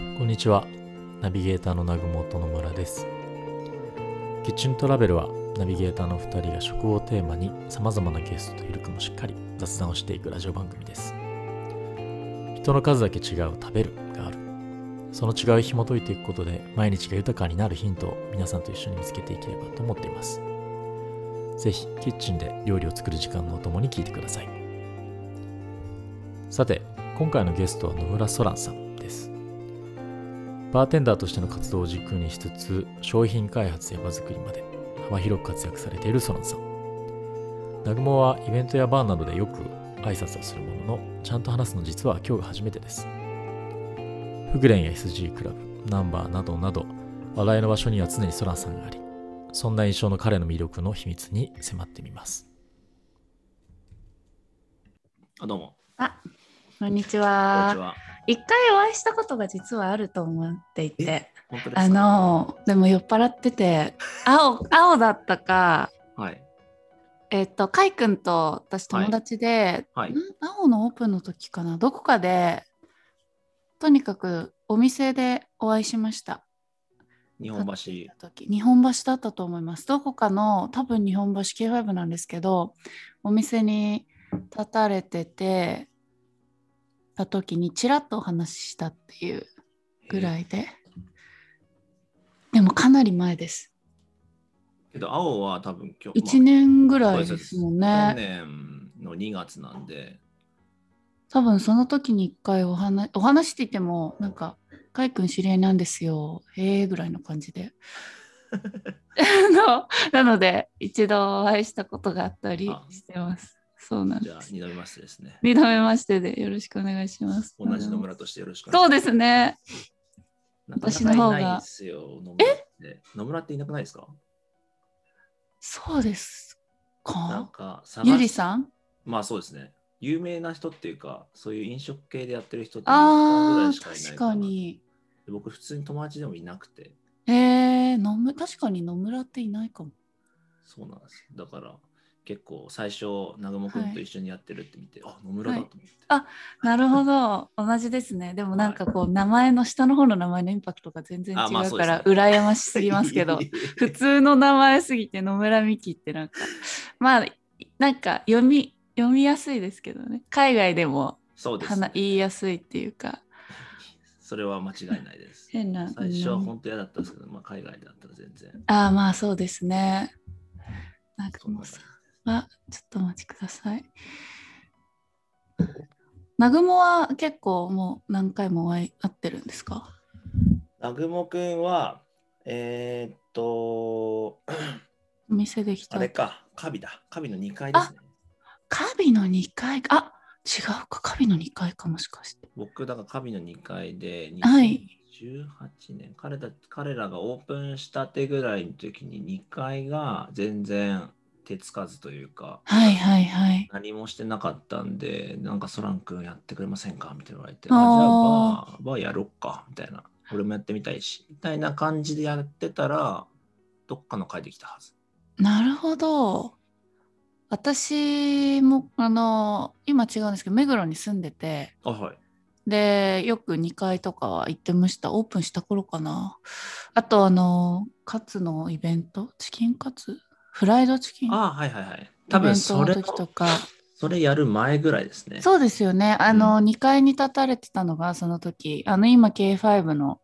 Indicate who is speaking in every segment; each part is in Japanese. Speaker 1: んにちはナビゲーターの南雲と野村ですキッチントラベルはナビゲーターの2人が食をテーマにさまざまなゲストとゆるくもしっかり雑談をしていくラジオ番組です人の数だけ違う食べるがあるその違いを紐解いていくことで毎日が豊かになるヒントを皆さんと一緒に見つけていければと思っていますぜひキッチンで料理を作る時間のお供に聞いてくださいさて今回のゲストは野村ソランさんですバーテンダーとしての活動を軸にしつつ商品開発や場作りまで幅広く活躍されているソランさん南雲はイベントやバーなどでよく挨拶をするもののちゃんと話すの実は今日が初めてですフグレンや SG クラブナンバーなどなど話題の場所には常にソランさんがありそんな印象の彼の魅力の秘密に迫ってみます
Speaker 2: あどうも。
Speaker 3: こんにち
Speaker 2: こんに
Speaker 3: は
Speaker 2: ち。は。
Speaker 3: 一回お会いしたことが実はあると思っていて、
Speaker 2: 本当ですか。
Speaker 3: あのでも酔っ払ってて、青青だったか、
Speaker 2: はい。
Speaker 3: えっとカイ君と私
Speaker 2: はい
Speaker 3: 友達で、
Speaker 2: はい
Speaker 3: ん青のオープンの時かな、どこかでとにかくお店でお会いしました。
Speaker 2: 日本
Speaker 3: 日
Speaker 2: 橋。
Speaker 3: 本橋だったと思います。どこかの多分日本橋 K5 なんですけど、お店に立たれててた時にちらっとお話ししたっていうぐら
Speaker 2: い。
Speaker 3: いで、でもかなり前です。
Speaker 2: けど、青は多分今日。
Speaker 3: 1年ぐらいですもん
Speaker 2: まあ去
Speaker 3: ね。
Speaker 2: 年の2月なんで。
Speaker 3: 多分その時に一回お話お話していてもなんか「かいくん知り合いなんですよ」へえぐらいの感 じで。あのなので一度お会いしたことがあったりしてます。そうなん
Speaker 2: じゃ
Speaker 3: で
Speaker 2: あ、
Speaker 3: す。
Speaker 2: 二度目ましてですね。
Speaker 3: 二度目ましてでよろしくお願いします。
Speaker 2: 同じ野村としてよろしくお
Speaker 3: そう
Speaker 2: 願いし
Speaker 3: ですね。
Speaker 2: ます。
Speaker 3: 私の方
Speaker 2: な
Speaker 3: が
Speaker 2: かなかいないんですよ。野村って。野村っていなくないですか
Speaker 3: そうです
Speaker 2: なん
Speaker 3: か。
Speaker 2: か、
Speaker 3: ゆり
Speaker 2: ん
Speaker 3: さん
Speaker 2: まあそうですね。有名な人っていうか、そういう飲食系でやってる人って二人ぐらい
Speaker 3: ああ
Speaker 2: しかいない
Speaker 3: 確
Speaker 2: ら
Speaker 3: か。に。
Speaker 2: で僕、普通に友達でもいなくて。
Speaker 3: えー、野村確かに野村っていないかも。
Speaker 2: そうなんです。だから、結構最初、南雲君と一緒にやってるって見て、あ、野村だと思って。
Speaker 3: はいなるほど、同じですね。でもなんかこう、名前の下の方の名前のインパクトが全然違
Speaker 2: あまあ
Speaker 3: う
Speaker 2: そう
Speaker 3: か
Speaker 2: ですね
Speaker 3: ら、羨ましすぎますけど、普通の名前すぎて野村美希ってなんか、まあ、なんか読み、読みやすいですけどね。海外でも
Speaker 2: そうです、
Speaker 3: はな
Speaker 2: ね。
Speaker 3: 言いやすいっていうか、
Speaker 2: それは間違いない です。
Speaker 3: 変な。
Speaker 2: 最初は本当嫌だったんですけど、まあ、海外だったら全然。
Speaker 3: ああ、まあそうですね。なんか
Speaker 2: そんな
Speaker 3: もう
Speaker 2: 感じ
Speaker 3: さ、あ、ちょっとお待ちください。南雲は結構もう何回もお会い会ってるんですか
Speaker 2: 南雲君は、えーっと、
Speaker 3: お店できた
Speaker 2: あれか、カビだ。カビの2階ですね。
Speaker 3: カビの2階か。あ違うか。カビの2階かもしかして。
Speaker 2: 僕、だからカビの2階で、
Speaker 3: はい
Speaker 2: 2018年、彼だ彼らがオープンしたてぐらいの時に2階が全然手つかずというか、
Speaker 3: はいはいはい。
Speaker 2: 何もしてなかったんで、なんかソラン君やってくれませんかみたいな言われて、あ
Speaker 3: あー
Speaker 2: じゃあバー、バーやろっかみたいな。俺もやってみたいし、みたいな感じでやってたら、どっかの帰ってきたはず。
Speaker 3: なるほど。私も、あの、今違うんですけど、目黒に住んでて、
Speaker 2: あ、はい。
Speaker 3: で、よく2階とかは行ってました。オープンした頃かな。あと、あの、カツのイベントチキンカツフライドチキン
Speaker 2: あ、はいはいはい。多
Speaker 3: イベ
Speaker 2: 分
Speaker 3: ント
Speaker 2: そ
Speaker 3: の
Speaker 2: れ
Speaker 3: 時とか。
Speaker 2: それやる前ぐらいですね。
Speaker 3: そうですよね。あの、2階に立たれてたのが、その時、あの、今 K5 の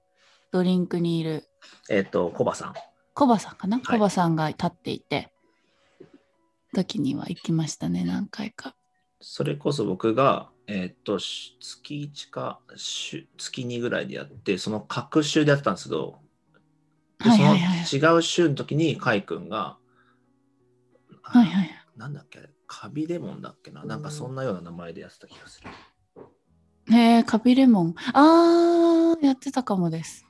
Speaker 3: ドリンクにいる
Speaker 2: えっ、と、コバさん。
Speaker 3: コバさんかな、
Speaker 2: い
Speaker 3: コバさんが立っていて時には行きましたね何回か
Speaker 2: それこそ僕が、えっ、と、し月1かし月2ぐらいでやって、その各週でやってたんですけど、で
Speaker 3: はいはいはい
Speaker 2: その違う週の時に、カイ君が、
Speaker 3: はいはい
Speaker 2: なんだっけあれカビレモンだっけななんかそんなような名前でやってた気がする。
Speaker 3: へえカビレモンあーやってたかもです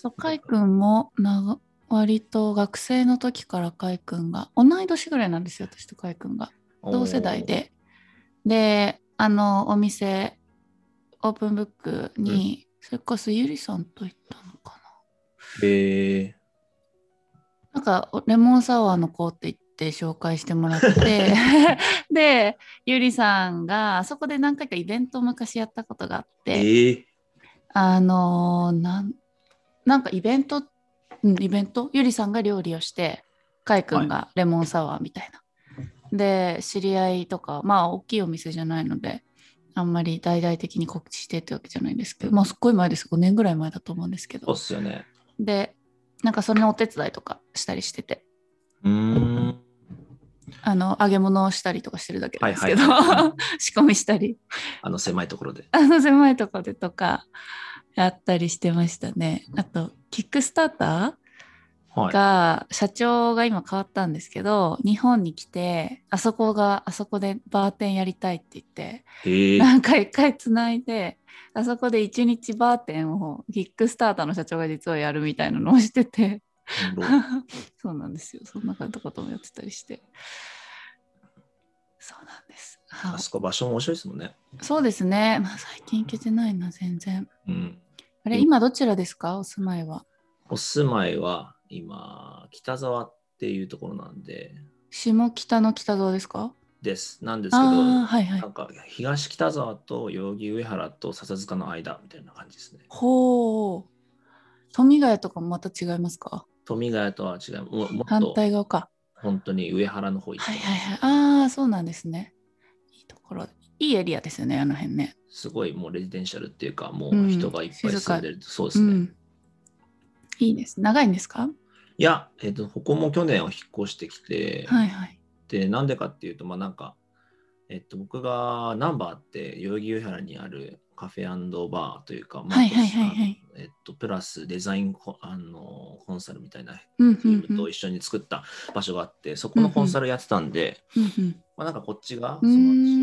Speaker 2: そ
Speaker 3: カイ君もなが割と学生の時からカイ君が同い年ぐらいなんですよ私とカイ君が同世代。でであのお店オープンブックに、それこそゆりさんと行ったのかな
Speaker 2: へえ
Speaker 3: なんかレモンサワーの子って言って紹介してもらってでゆりさんがあそこで何回かイベントを昔やったことがあって
Speaker 2: え
Speaker 3: あのーなんなんかイベント、うん、イベントゆりさんが料理をしてかいくんがレモンサワーみたいな、で知り合いとかまあ大きいお店じゃないのであんまり大々的に告知してってわけじゃないんですけどまあすっごい前です5年ぐらい前だと思うんですけ
Speaker 2: そうっ
Speaker 3: ど
Speaker 2: すよね。
Speaker 3: でなんかそれのお手伝いとかしたりしてて
Speaker 2: うーん。
Speaker 3: あの揚げ物をしたりとかしてるだけなんですけど、
Speaker 2: はいはいは
Speaker 3: 仕込みしたり
Speaker 2: あの狭いところで。
Speaker 3: あの狭いとこでとかやったりしてましたねあとキックスタータ
Speaker 2: は
Speaker 3: ー
Speaker 2: い。
Speaker 3: が社長が今変わったんですけど日本に来てあそこがあそこでバーテンやりたいって言って
Speaker 2: へえ。
Speaker 3: 何回かつないであそこで一日バーテンをキックスターターの社長が実はやるみたいなのをしてて
Speaker 2: おもろ
Speaker 3: そうなんですよそんなこともやってたりしてそうなんですはい
Speaker 2: あそこ場所も面白いですもんね。
Speaker 3: そうですね、まあ、最近行けてないな全然
Speaker 2: うん。
Speaker 3: あれ
Speaker 2: うん
Speaker 3: 今どちらですかお住まいは
Speaker 2: お住まいは今、北沢っていうところなんで、
Speaker 3: 下北の北沢ですか
Speaker 2: です。なんですけど、
Speaker 3: ああはいはい
Speaker 2: なんか東北沢と代々木上原と笹塚の間みたいな感じですね。
Speaker 3: ほう富ヶ谷とかもまた違いますか
Speaker 2: 富ヶ谷とは違う。ももっ
Speaker 3: 反
Speaker 2: と
Speaker 3: 対側か
Speaker 2: 本当に上原の方行って、
Speaker 3: はいはいはいああそうなんですねいいところいいエリアですよねあの辺ね
Speaker 2: すごいもうレジデンシャルっていうか、も
Speaker 3: う
Speaker 2: うん人がいっぱい住んでる。そうです
Speaker 3: う
Speaker 2: ね。
Speaker 3: んいいです長いんですか
Speaker 2: いや、えっ、と、ここも去年を引っ越してきて、
Speaker 3: はいはい
Speaker 2: で、なんでかっていうと、まあなんか、えっと、僕がナンバーって代々木上原にあるカフェバーというか、まあ
Speaker 3: はいはいはいはい
Speaker 2: あのえっと、プラスデザインコあのコンサルみたいな
Speaker 3: うん
Speaker 2: チ
Speaker 3: うん
Speaker 2: ーム
Speaker 3: うん
Speaker 2: と一緒に作った場所があって、そこのコンサルやってたんで、
Speaker 3: うんうん
Speaker 2: まあ、なんかこっちが
Speaker 3: う
Speaker 2: そ
Speaker 3: ん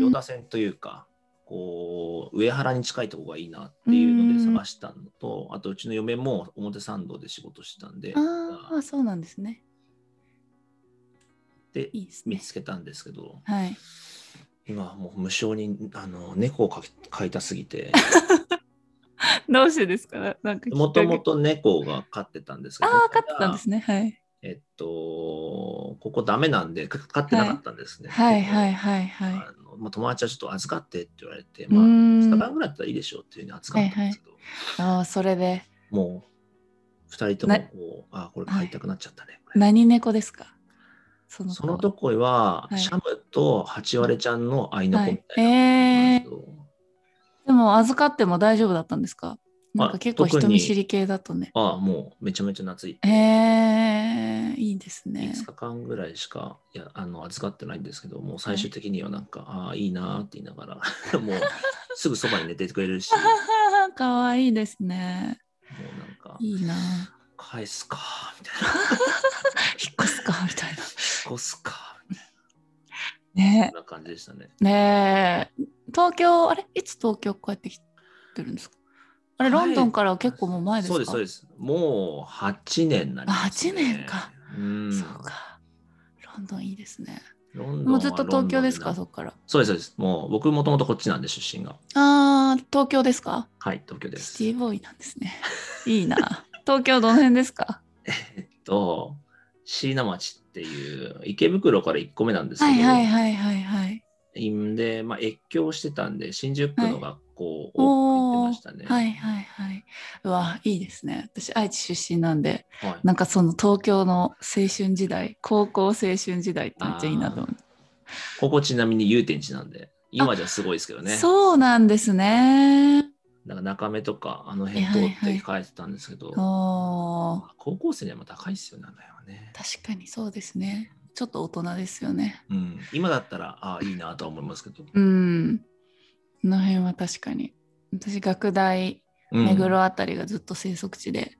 Speaker 2: の千代田線というか、こう上原に近いとこがいいなっていうので
Speaker 3: うん
Speaker 2: 探したのと、あとうちの嫁も表参道で仕事してたんで、
Speaker 3: ああそうなんですね
Speaker 2: で
Speaker 3: いいです
Speaker 2: 見
Speaker 3: ね
Speaker 2: つけたんですけど、
Speaker 3: はい
Speaker 2: 今はもう無性にあの猫をかけ飼いたすぎ て、
Speaker 3: どうしてですかなんかきっかけ
Speaker 2: もともと猫が飼ってたんですけ
Speaker 3: あ
Speaker 2: ど、
Speaker 3: あ勝ってたんですねはい
Speaker 2: えっと、ここダメなんで、か飼ってなかったんですね。
Speaker 3: はいはいはいはい。
Speaker 2: あのまあ、友達はちょっと預かってって言われて、
Speaker 3: うー
Speaker 2: まあ、
Speaker 3: ん
Speaker 2: 2日間ぐらいだったらいいでしょうっていうふうに預かったんですけど、
Speaker 3: ああ、それで、
Speaker 2: もう2人とも
Speaker 3: な
Speaker 2: こう、あこれ
Speaker 3: はい
Speaker 2: 買いたくなっちゃったね。これ
Speaker 3: 何猫ですかその
Speaker 2: その時は、
Speaker 3: はい
Speaker 2: シャムと八割ちゃんの愛の子みたいな。
Speaker 3: はいえー
Speaker 2: そうなんですよ
Speaker 3: でも預かっても大丈夫だったんですか
Speaker 2: まあ
Speaker 3: なんか結構
Speaker 2: 特に
Speaker 3: 人見知り系だとね。
Speaker 2: ああ、もうめちゃめちゃ懐いて、
Speaker 3: へえいいですね。
Speaker 2: 5日間ぐらいしかいやあの預かってないんですけど、もう最終的にはなんか、ああ、いいなーって言いながら、 もうすぐそばに寝ててくれるし、も
Speaker 3: かわいいですね。
Speaker 2: うなんか、
Speaker 3: い いな。
Speaker 2: 返すかーみたいな、
Speaker 3: 引っ越すかみたいな。
Speaker 2: 引っ越すかーみたいな
Speaker 3: ね
Speaker 2: そんな感じでしたね。
Speaker 3: え。ねえ。東京、あれいつ東京帰ってきてるんですかあれ、
Speaker 2: はい
Speaker 3: ロンドンから結構もう前ですか
Speaker 2: そうです、そうです。もう8年になります、ね。
Speaker 3: あ8年か。
Speaker 2: うん。
Speaker 3: そうか。ロンドンいいですね。
Speaker 2: ロンドンは
Speaker 3: もうずっと東京ですか
Speaker 2: ロ
Speaker 3: そ
Speaker 2: ンドン
Speaker 3: っから。
Speaker 2: そうです、そうです。もう僕もともとこっちなんで、出身が。
Speaker 3: あー、東京ですか
Speaker 2: はい、東京で
Speaker 3: シ
Speaker 2: す。
Speaker 3: ティボーイなんですね。いいな。東京どの辺ですか
Speaker 2: えっと、椎名町っていう池袋から1個目なんですけ
Speaker 3: は
Speaker 2: ど、
Speaker 3: いはいはいはいはい。
Speaker 2: んで、まあ、越境してたんで、新宿区の学校を行っ
Speaker 3: お
Speaker 2: て
Speaker 3: お
Speaker 2: ま
Speaker 3: ー
Speaker 2: したね。
Speaker 3: はいはいはい。うわ、いいですね。私、愛知出身なんで、
Speaker 2: はい
Speaker 3: なんかその東京の青春時代、高校青春時代ってめっちゃいいなと思って。
Speaker 2: ここちなみに祐天地なんで、今じゃすごいですけどね。
Speaker 3: そうなんですね。
Speaker 2: なんか中目とか、あの辺通って帰ってたんですけど、
Speaker 3: おー
Speaker 2: まあ高校生にはまあ高いですよね、あの辺はね。
Speaker 3: 確かにそうですね。ちょっと大人ですよね。
Speaker 2: うん、今だったら、ああ、いいなとは思いますけど。
Speaker 3: うん。この辺は確かに。私、学大
Speaker 2: うん
Speaker 3: 目黒あたりがずっと生息地で、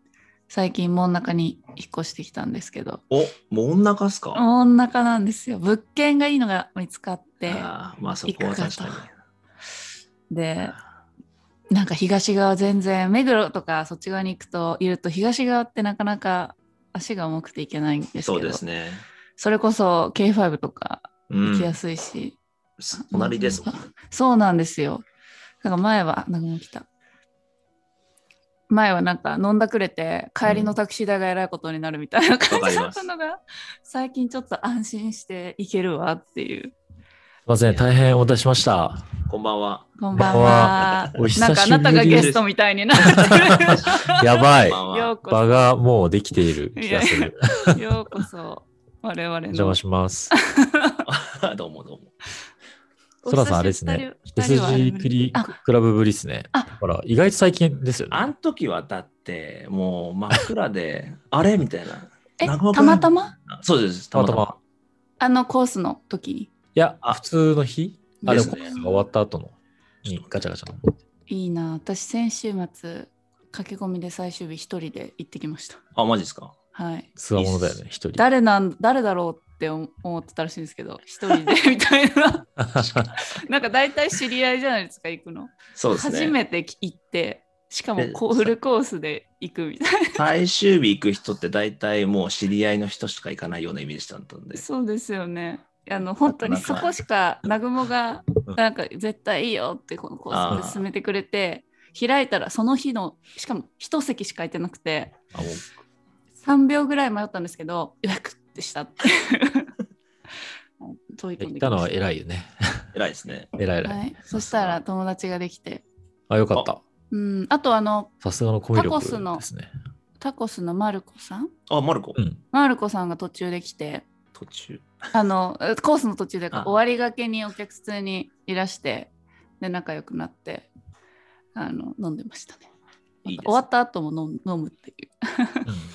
Speaker 3: 最近門中に引っ越してきたんですけど
Speaker 2: お、もんなかっすか
Speaker 3: 門中なんですよ物件がいいのが見つかって
Speaker 2: ああまあそこは確かに
Speaker 3: 行くか。で
Speaker 2: あ
Speaker 3: なんか東側全然目黒とかそっち側に行くといると東側ってなかなか足が重くていけないんです
Speaker 2: ー
Speaker 3: けど
Speaker 2: そうですね。
Speaker 3: それこそ K5 とか
Speaker 2: うん
Speaker 3: 行きやすいし、
Speaker 2: す隣ですもん。
Speaker 3: そうなんですよなんか前はなんかもう来た前はなんか飲んだくれて帰りのタクシー代がえらいことになるみたいな感じだったのが、最近ちょっと安心して行けるわっていう
Speaker 1: いません、大変お待たせしました。
Speaker 2: こんばんは。
Speaker 3: こんばんは。
Speaker 1: お久しぶ
Speaker 3: な
Speaker 1: りです
Speaker 3: んかあなたがゲストみたいになって る。
Speaker 1: やばい。
Speaker 2: こんばん
Speaker 3: よ
Speaker 2: は
Speaker 3: うこ
Speaker 1: 場がもうできている気がす
Speaker 3: いや
Speaker 1: る。
Speaker 3: そ。 ようこそ。我々の。
Speaker 1: 邪魔します。
Speaker 2: どうもどうも。
Speaker 1: そらさん、あれですね。SG クリ
Speaker 3: あ
Speaker 1: クラブぶりですね。だ
Speaker 3: あ
Speaker 1: から、意外と最近ですよね。
Speaker 2: あん時はだって、もう真っ暗で、 あれみたいな。
Speaker 3: え、
Speaker 2: 中間
Speaker 3: たまたま
Speaker 2: そうです、
Speaker 1: たまたま。
Speaker 3: あのコースの時に。
Speaker 1: いや、普通の日あ、
Speaker 2: で
Speaker 1: ですも
Speaker 2: ね
Speaker 1: コースが終わった後のにガチャガチャの。
Speaker 3: いいな。私、先週末、駆け込みで最終日一人で行ってきました。
Speaker 2: あ、マジですか。
Speaker 3: はい。
Speaker 1: つわものだよね、一人。
Speaker 3: 誰なん、誰だろうって思ってたらしいんですけど、一人で みたいな。なんか大体知り合いじゃないですか、行くの。
Speaker 2: そうですね。
Speaker 3: 初めて行って、しかもこう
Speaker 2: え
Speaker 3: フルコースで行くみたい
Speaker 2: 最終日行く人って大体もう知り合いの人しか行かないようなイメージだったんで
Speaker 3: な。。そうですよね。あの本当にそこしか、南雲が
Speaker 1: うん
Speaker 3: なんか絶対いいよってこのコースで進めてくれて、開いたらその日の、しかも一席しか空いてなくて、
Speaker 2: あもう
Speaker 3: 3秒ぐらい迷ったんですけど、予約ってしたって。 飛び込ん
Speaker 1: 行っ
Speaker 3: でき
Speaker 1: た
Speaker 3: ま
Speaker 1: のは
Speaker 3: し
Speaker 1: 偉いよね。
Speaker 2: 偉いですね。
Speaker 1: 偉い偉い。
Speaker 3: はい、そしたら友達ができて、
Speaker 1: あ、よかった。
Speaker 3: うん、あとあの
Speaker 1: さすがのコミュ
Speaker 3: タコス
Speaker 1: 力
Speaker 3: の
Speaker 1: ですね。
Speaker 3: タコスのマルコさん
Speaker 2: あ、マルコ、
Speaker 1: うん。
Speaker 3: マルコさんが途中で来て
Speaker 2: 途中。
Speaker 3: あのコースの途中で
Speaker 2: あ
Speaker 3: 終わりがけにお客さんにいらしてで仲良くなってあの飲んでましたね
Speaker 2: いいです
Speaker 3: 終わった後も飲む飲むっていう
Speaker 1: う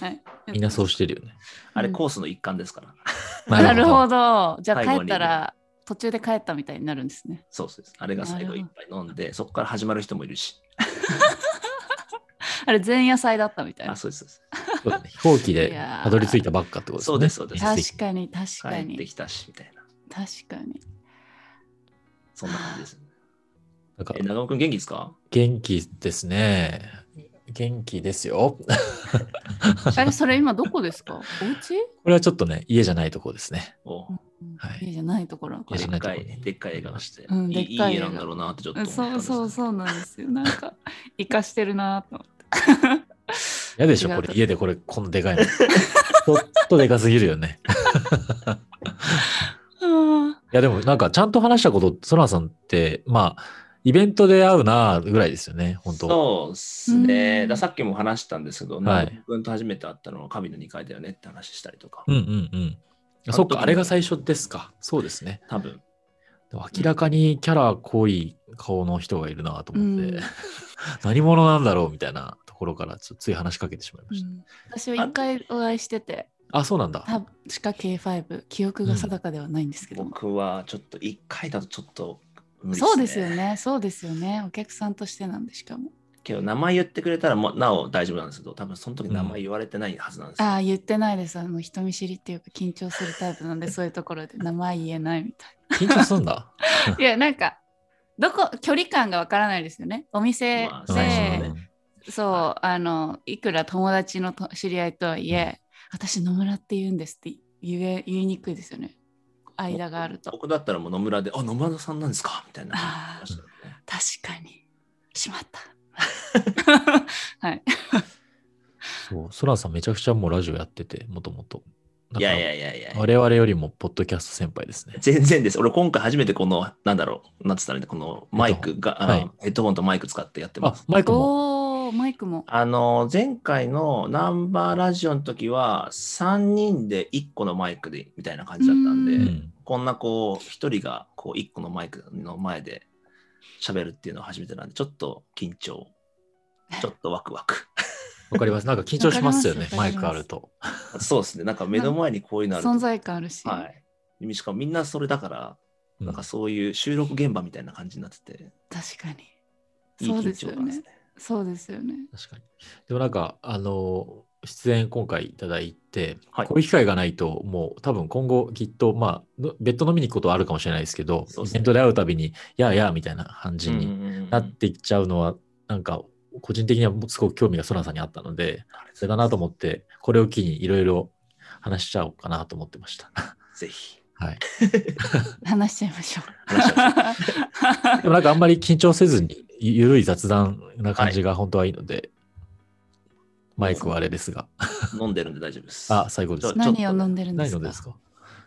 Speaker 1: ん
Speaker 3: はい
Speaker 1: みんなそうし
Speaker 3: し
Speaker 1: てるよね。
Speaker 2: あれ
Speaker 3: うん
Speaker 2: コースの一環ですから。
Speaker 3: なるほどじゃあ
Speaker 2: 最後
Speaker 3: 帰っ
Speaker 2: に
Speaker 3: たら途中で帰ったみたいになるんですね
Speaker 2: そうそうです。あれが最後
Speaker 3: なる
Speaker 2: いっ
Speaker 3: ほ
Speaker 2: ぱい飲んで、そこから始まる人もいるし。
Speaker 3: あれ前夜祭だったみたいな
Speaker 2: あ、そうです。そう
Speaker 1: そうだね飛行機
Speaker 3: い
Speaker 1: で
Speaker 3: やー
Speaker 1: たどり着いたばっかってことですね。
Speaker 2: そうですそうです
Speaker 3: 確かに確か
Speaker 2: です帰って
Speaker 3: に
Speaker 2: きたし、みたいな。
Speaker 3: 確かに
Speaker 2: そんな感じです。
Speaker 1: なんか
Speaker 2: え、長尾くん元気ですか
Speaker 1: 元気ですね。元気ですよ。
Speaker 3: あれそれ今どこですかお家
Speaker 1: これはちょっとね、家じゃないとこですね。
Speaker 2: お
Speaker 1: はい
Speaker 3: 家じゃないところ
Speaker 1: 家
Speaker 2: で
Speaker 1: じゃ
Speaker 2: っ
Speaker 1: ないと
Speaker 2: か
Speaker 1: ころ
Speaker 2: い、でっかい映画がして、
Speaker 3: うん
Speaker 2: いい
Speaker 3: でっかい
Speaker 2: いい
Speaker 3: 映
Speaker 2: 家
Speaker 3: 画
Speaker 2: なんだろうなってちょっと
Speaker 3: う
Speaker 2: 思
Speaker 3: ん
Speaker 2: ったん
Speaker 3: そう
Speaker 2: です
Speaker 3: そうそうなんですよ。なんか、生かしてるなと思って。
Speaker 1: 嫌でしょ、
Speaker 3: 違う
Speaker 1: これ。家でこれ、このでかいの。 ちょっとでかすぎるよね。
Speaker 3: あ
Speaker 1: いや、でもなんか、ちゃんと話したこと、ソラさんって、まあ、イベントで会うなぐらいですよね、本当
Speaker 2: そうですね。
Speaker 3: うん
Speaker 2: ださっきも話したんですけど、
Speaker 1: は
Speaker 2: 長
Speaker 1: い
Speaker 2: 尾くんと初めて会ったのは神の2階だよねって話したりとか、
Speaker 1: うんうんうん。
Speaker 2: の
Speaker 1: そっか、
Speaker 2: 時
Speaker 1: あれが最初ですか。そうですね。
Speaker 2: 多分
Speaker 1: でも明らかにキャラ濃い顔の人がいるなと
Speaker 3: う
Speaker 1: 思って、
Speaker 3: ん
Speaker 1: 何者なんだろうみたいなところから、ちょっとつい話しかけてしまいま
Speaker 3: う
Speaker 1: した。
Speaker 3: ん私は一回お会いしてて、
Speaker 1: あ、そうなんだ。
Speaker 3: たしか K5、記憶が定かではないんですけども、
Speaker 2: 僕はちょっと1回だとちょっと無理っ
Speaker 3: そうですよ。ね、そうですよね、お客さんとしてなんでしかも。
Speaker 2: けど名前言ってくれたらもうなお大丈夫なんですけど、多分その時名前言われてないはずなんですよ。
Speaker 3: ああ、言ってないです、あの人見知りっていうか緊張するタイプなんで、そういうところで 名前言えないみたい
Speaker 1: 緊張するん だ。
Speaker 3: な。いや、なんか、どこ、距離感がわからないですよね。お店で、
Speaker 2: まあ
Speaker 1: うん
Speaker 2: そうですよね
Speaker 3: そう、あの、いくら友達のと知り合いとはいえ、私野村って言うんですって言え言いにくいですよね。間があると。
Speaker 2: 僕だったらもう野村で、あ、野村さんなんですかみたいな。
Speaker 3: あー
Speaker 2: 言いましたね
Speaker 3: 確かに。しまった。 はい。
Speaker 1: そう、ソランさんめちゃくちゃもうラジオやってて、もともと。
Speaker 2: いやいやいやいや。
Speaker 1: 我々よりもポッドキャスト先輩ですね。
Speaker 2: 全然です。俺今回初めてこの、なんだろう、なんつったらいいんだ、このマイクが、あ
Speaker 1: はい
Speaker 2: ヘッドホンとマイク使ってやってま
Speaker 1: あ
Speaker 2: す、。
Speaker 1: マイクも。
Speaker 3: おー、マイクも。
Speaker 2: あの、前回のナンバーラジオの時は、3人で1個のマイクで、みたいな感じだったんで、
Speaker 3: う
Speaker 1: うん、
Speaker 2: こんなこう、1人がこう1個のマイクの前で喋るっていうのは初めてなんで、ちょっと緊張、ちょっとワクワク。
Speaker 1: わかります。なんか緊張しますよ
Speaker 3: わ
Speaker 1: ね
Speaker 3: か、りま
Speaker 1: マ
Speaker 3: す
Speaker 1: イクあると。
Speaker 2: そうですね、なんか目の前にこういうのあると
Speaker 3: 存在感あるし。
Speaker 2: はい。しかもみんなそれだから、
Speaker 1: な
Speaker 2: なんん
Speaker 1: か
Speaker 2: かそういう収録現場みたいな感じになってて、
Speaker 3: 確かに。
Speaker 2: いい
Speaker 3: そう
Speaker 2: 緊
Speaker 3: です
Speaker 2: 張
Speaker 3: よ
Speaker 2: 感で
Speaker 3: ね
Speaker 2: す。ね。
Speaker 3: そうですよね。
Speaker 1: 確かに。でもなんか、あの、出演今回いただいて、
Speaker 2: はい
Speaker 1: こういう機会がないと、もう多分今後きっと、まあ、の別途飲みに行くことはあるかもしれないですけど、
Speaker 2: そうです
Speaker 1: イ
Speaker 2: ね
Speaker 1: ベントで会うたびに、やあやあみたいな感じに
Speaker 2: に
Speaker 1: なっていっちゃうのは、なんか、個人的にはもうすごく興味がソランさんにあったので、それだなと思って、これを機にいろいろ話しちゃおうかなと思ってました。
Speaker 2: ぜひ。
Speaker 1: はい。
Speaker 3: 話しちゃいましょう。
Speaker 2: 話し合いましょう
Speaker 1: でもなんかあんまり緊張せずに、ゆゆるい雑談な感じが本当はいいので、マイクはあれですが。
Speaker 2: 飲んでるんで大丈夫です。
Speaker 1: あ、最後です
Speaker 2: ちょっとね
Speaker 3: 何を飲んでるんで
Speaker 1: ない
Speaker 3: す
Speaker 1: の
Speaker 3: か
Speaker 1: ですか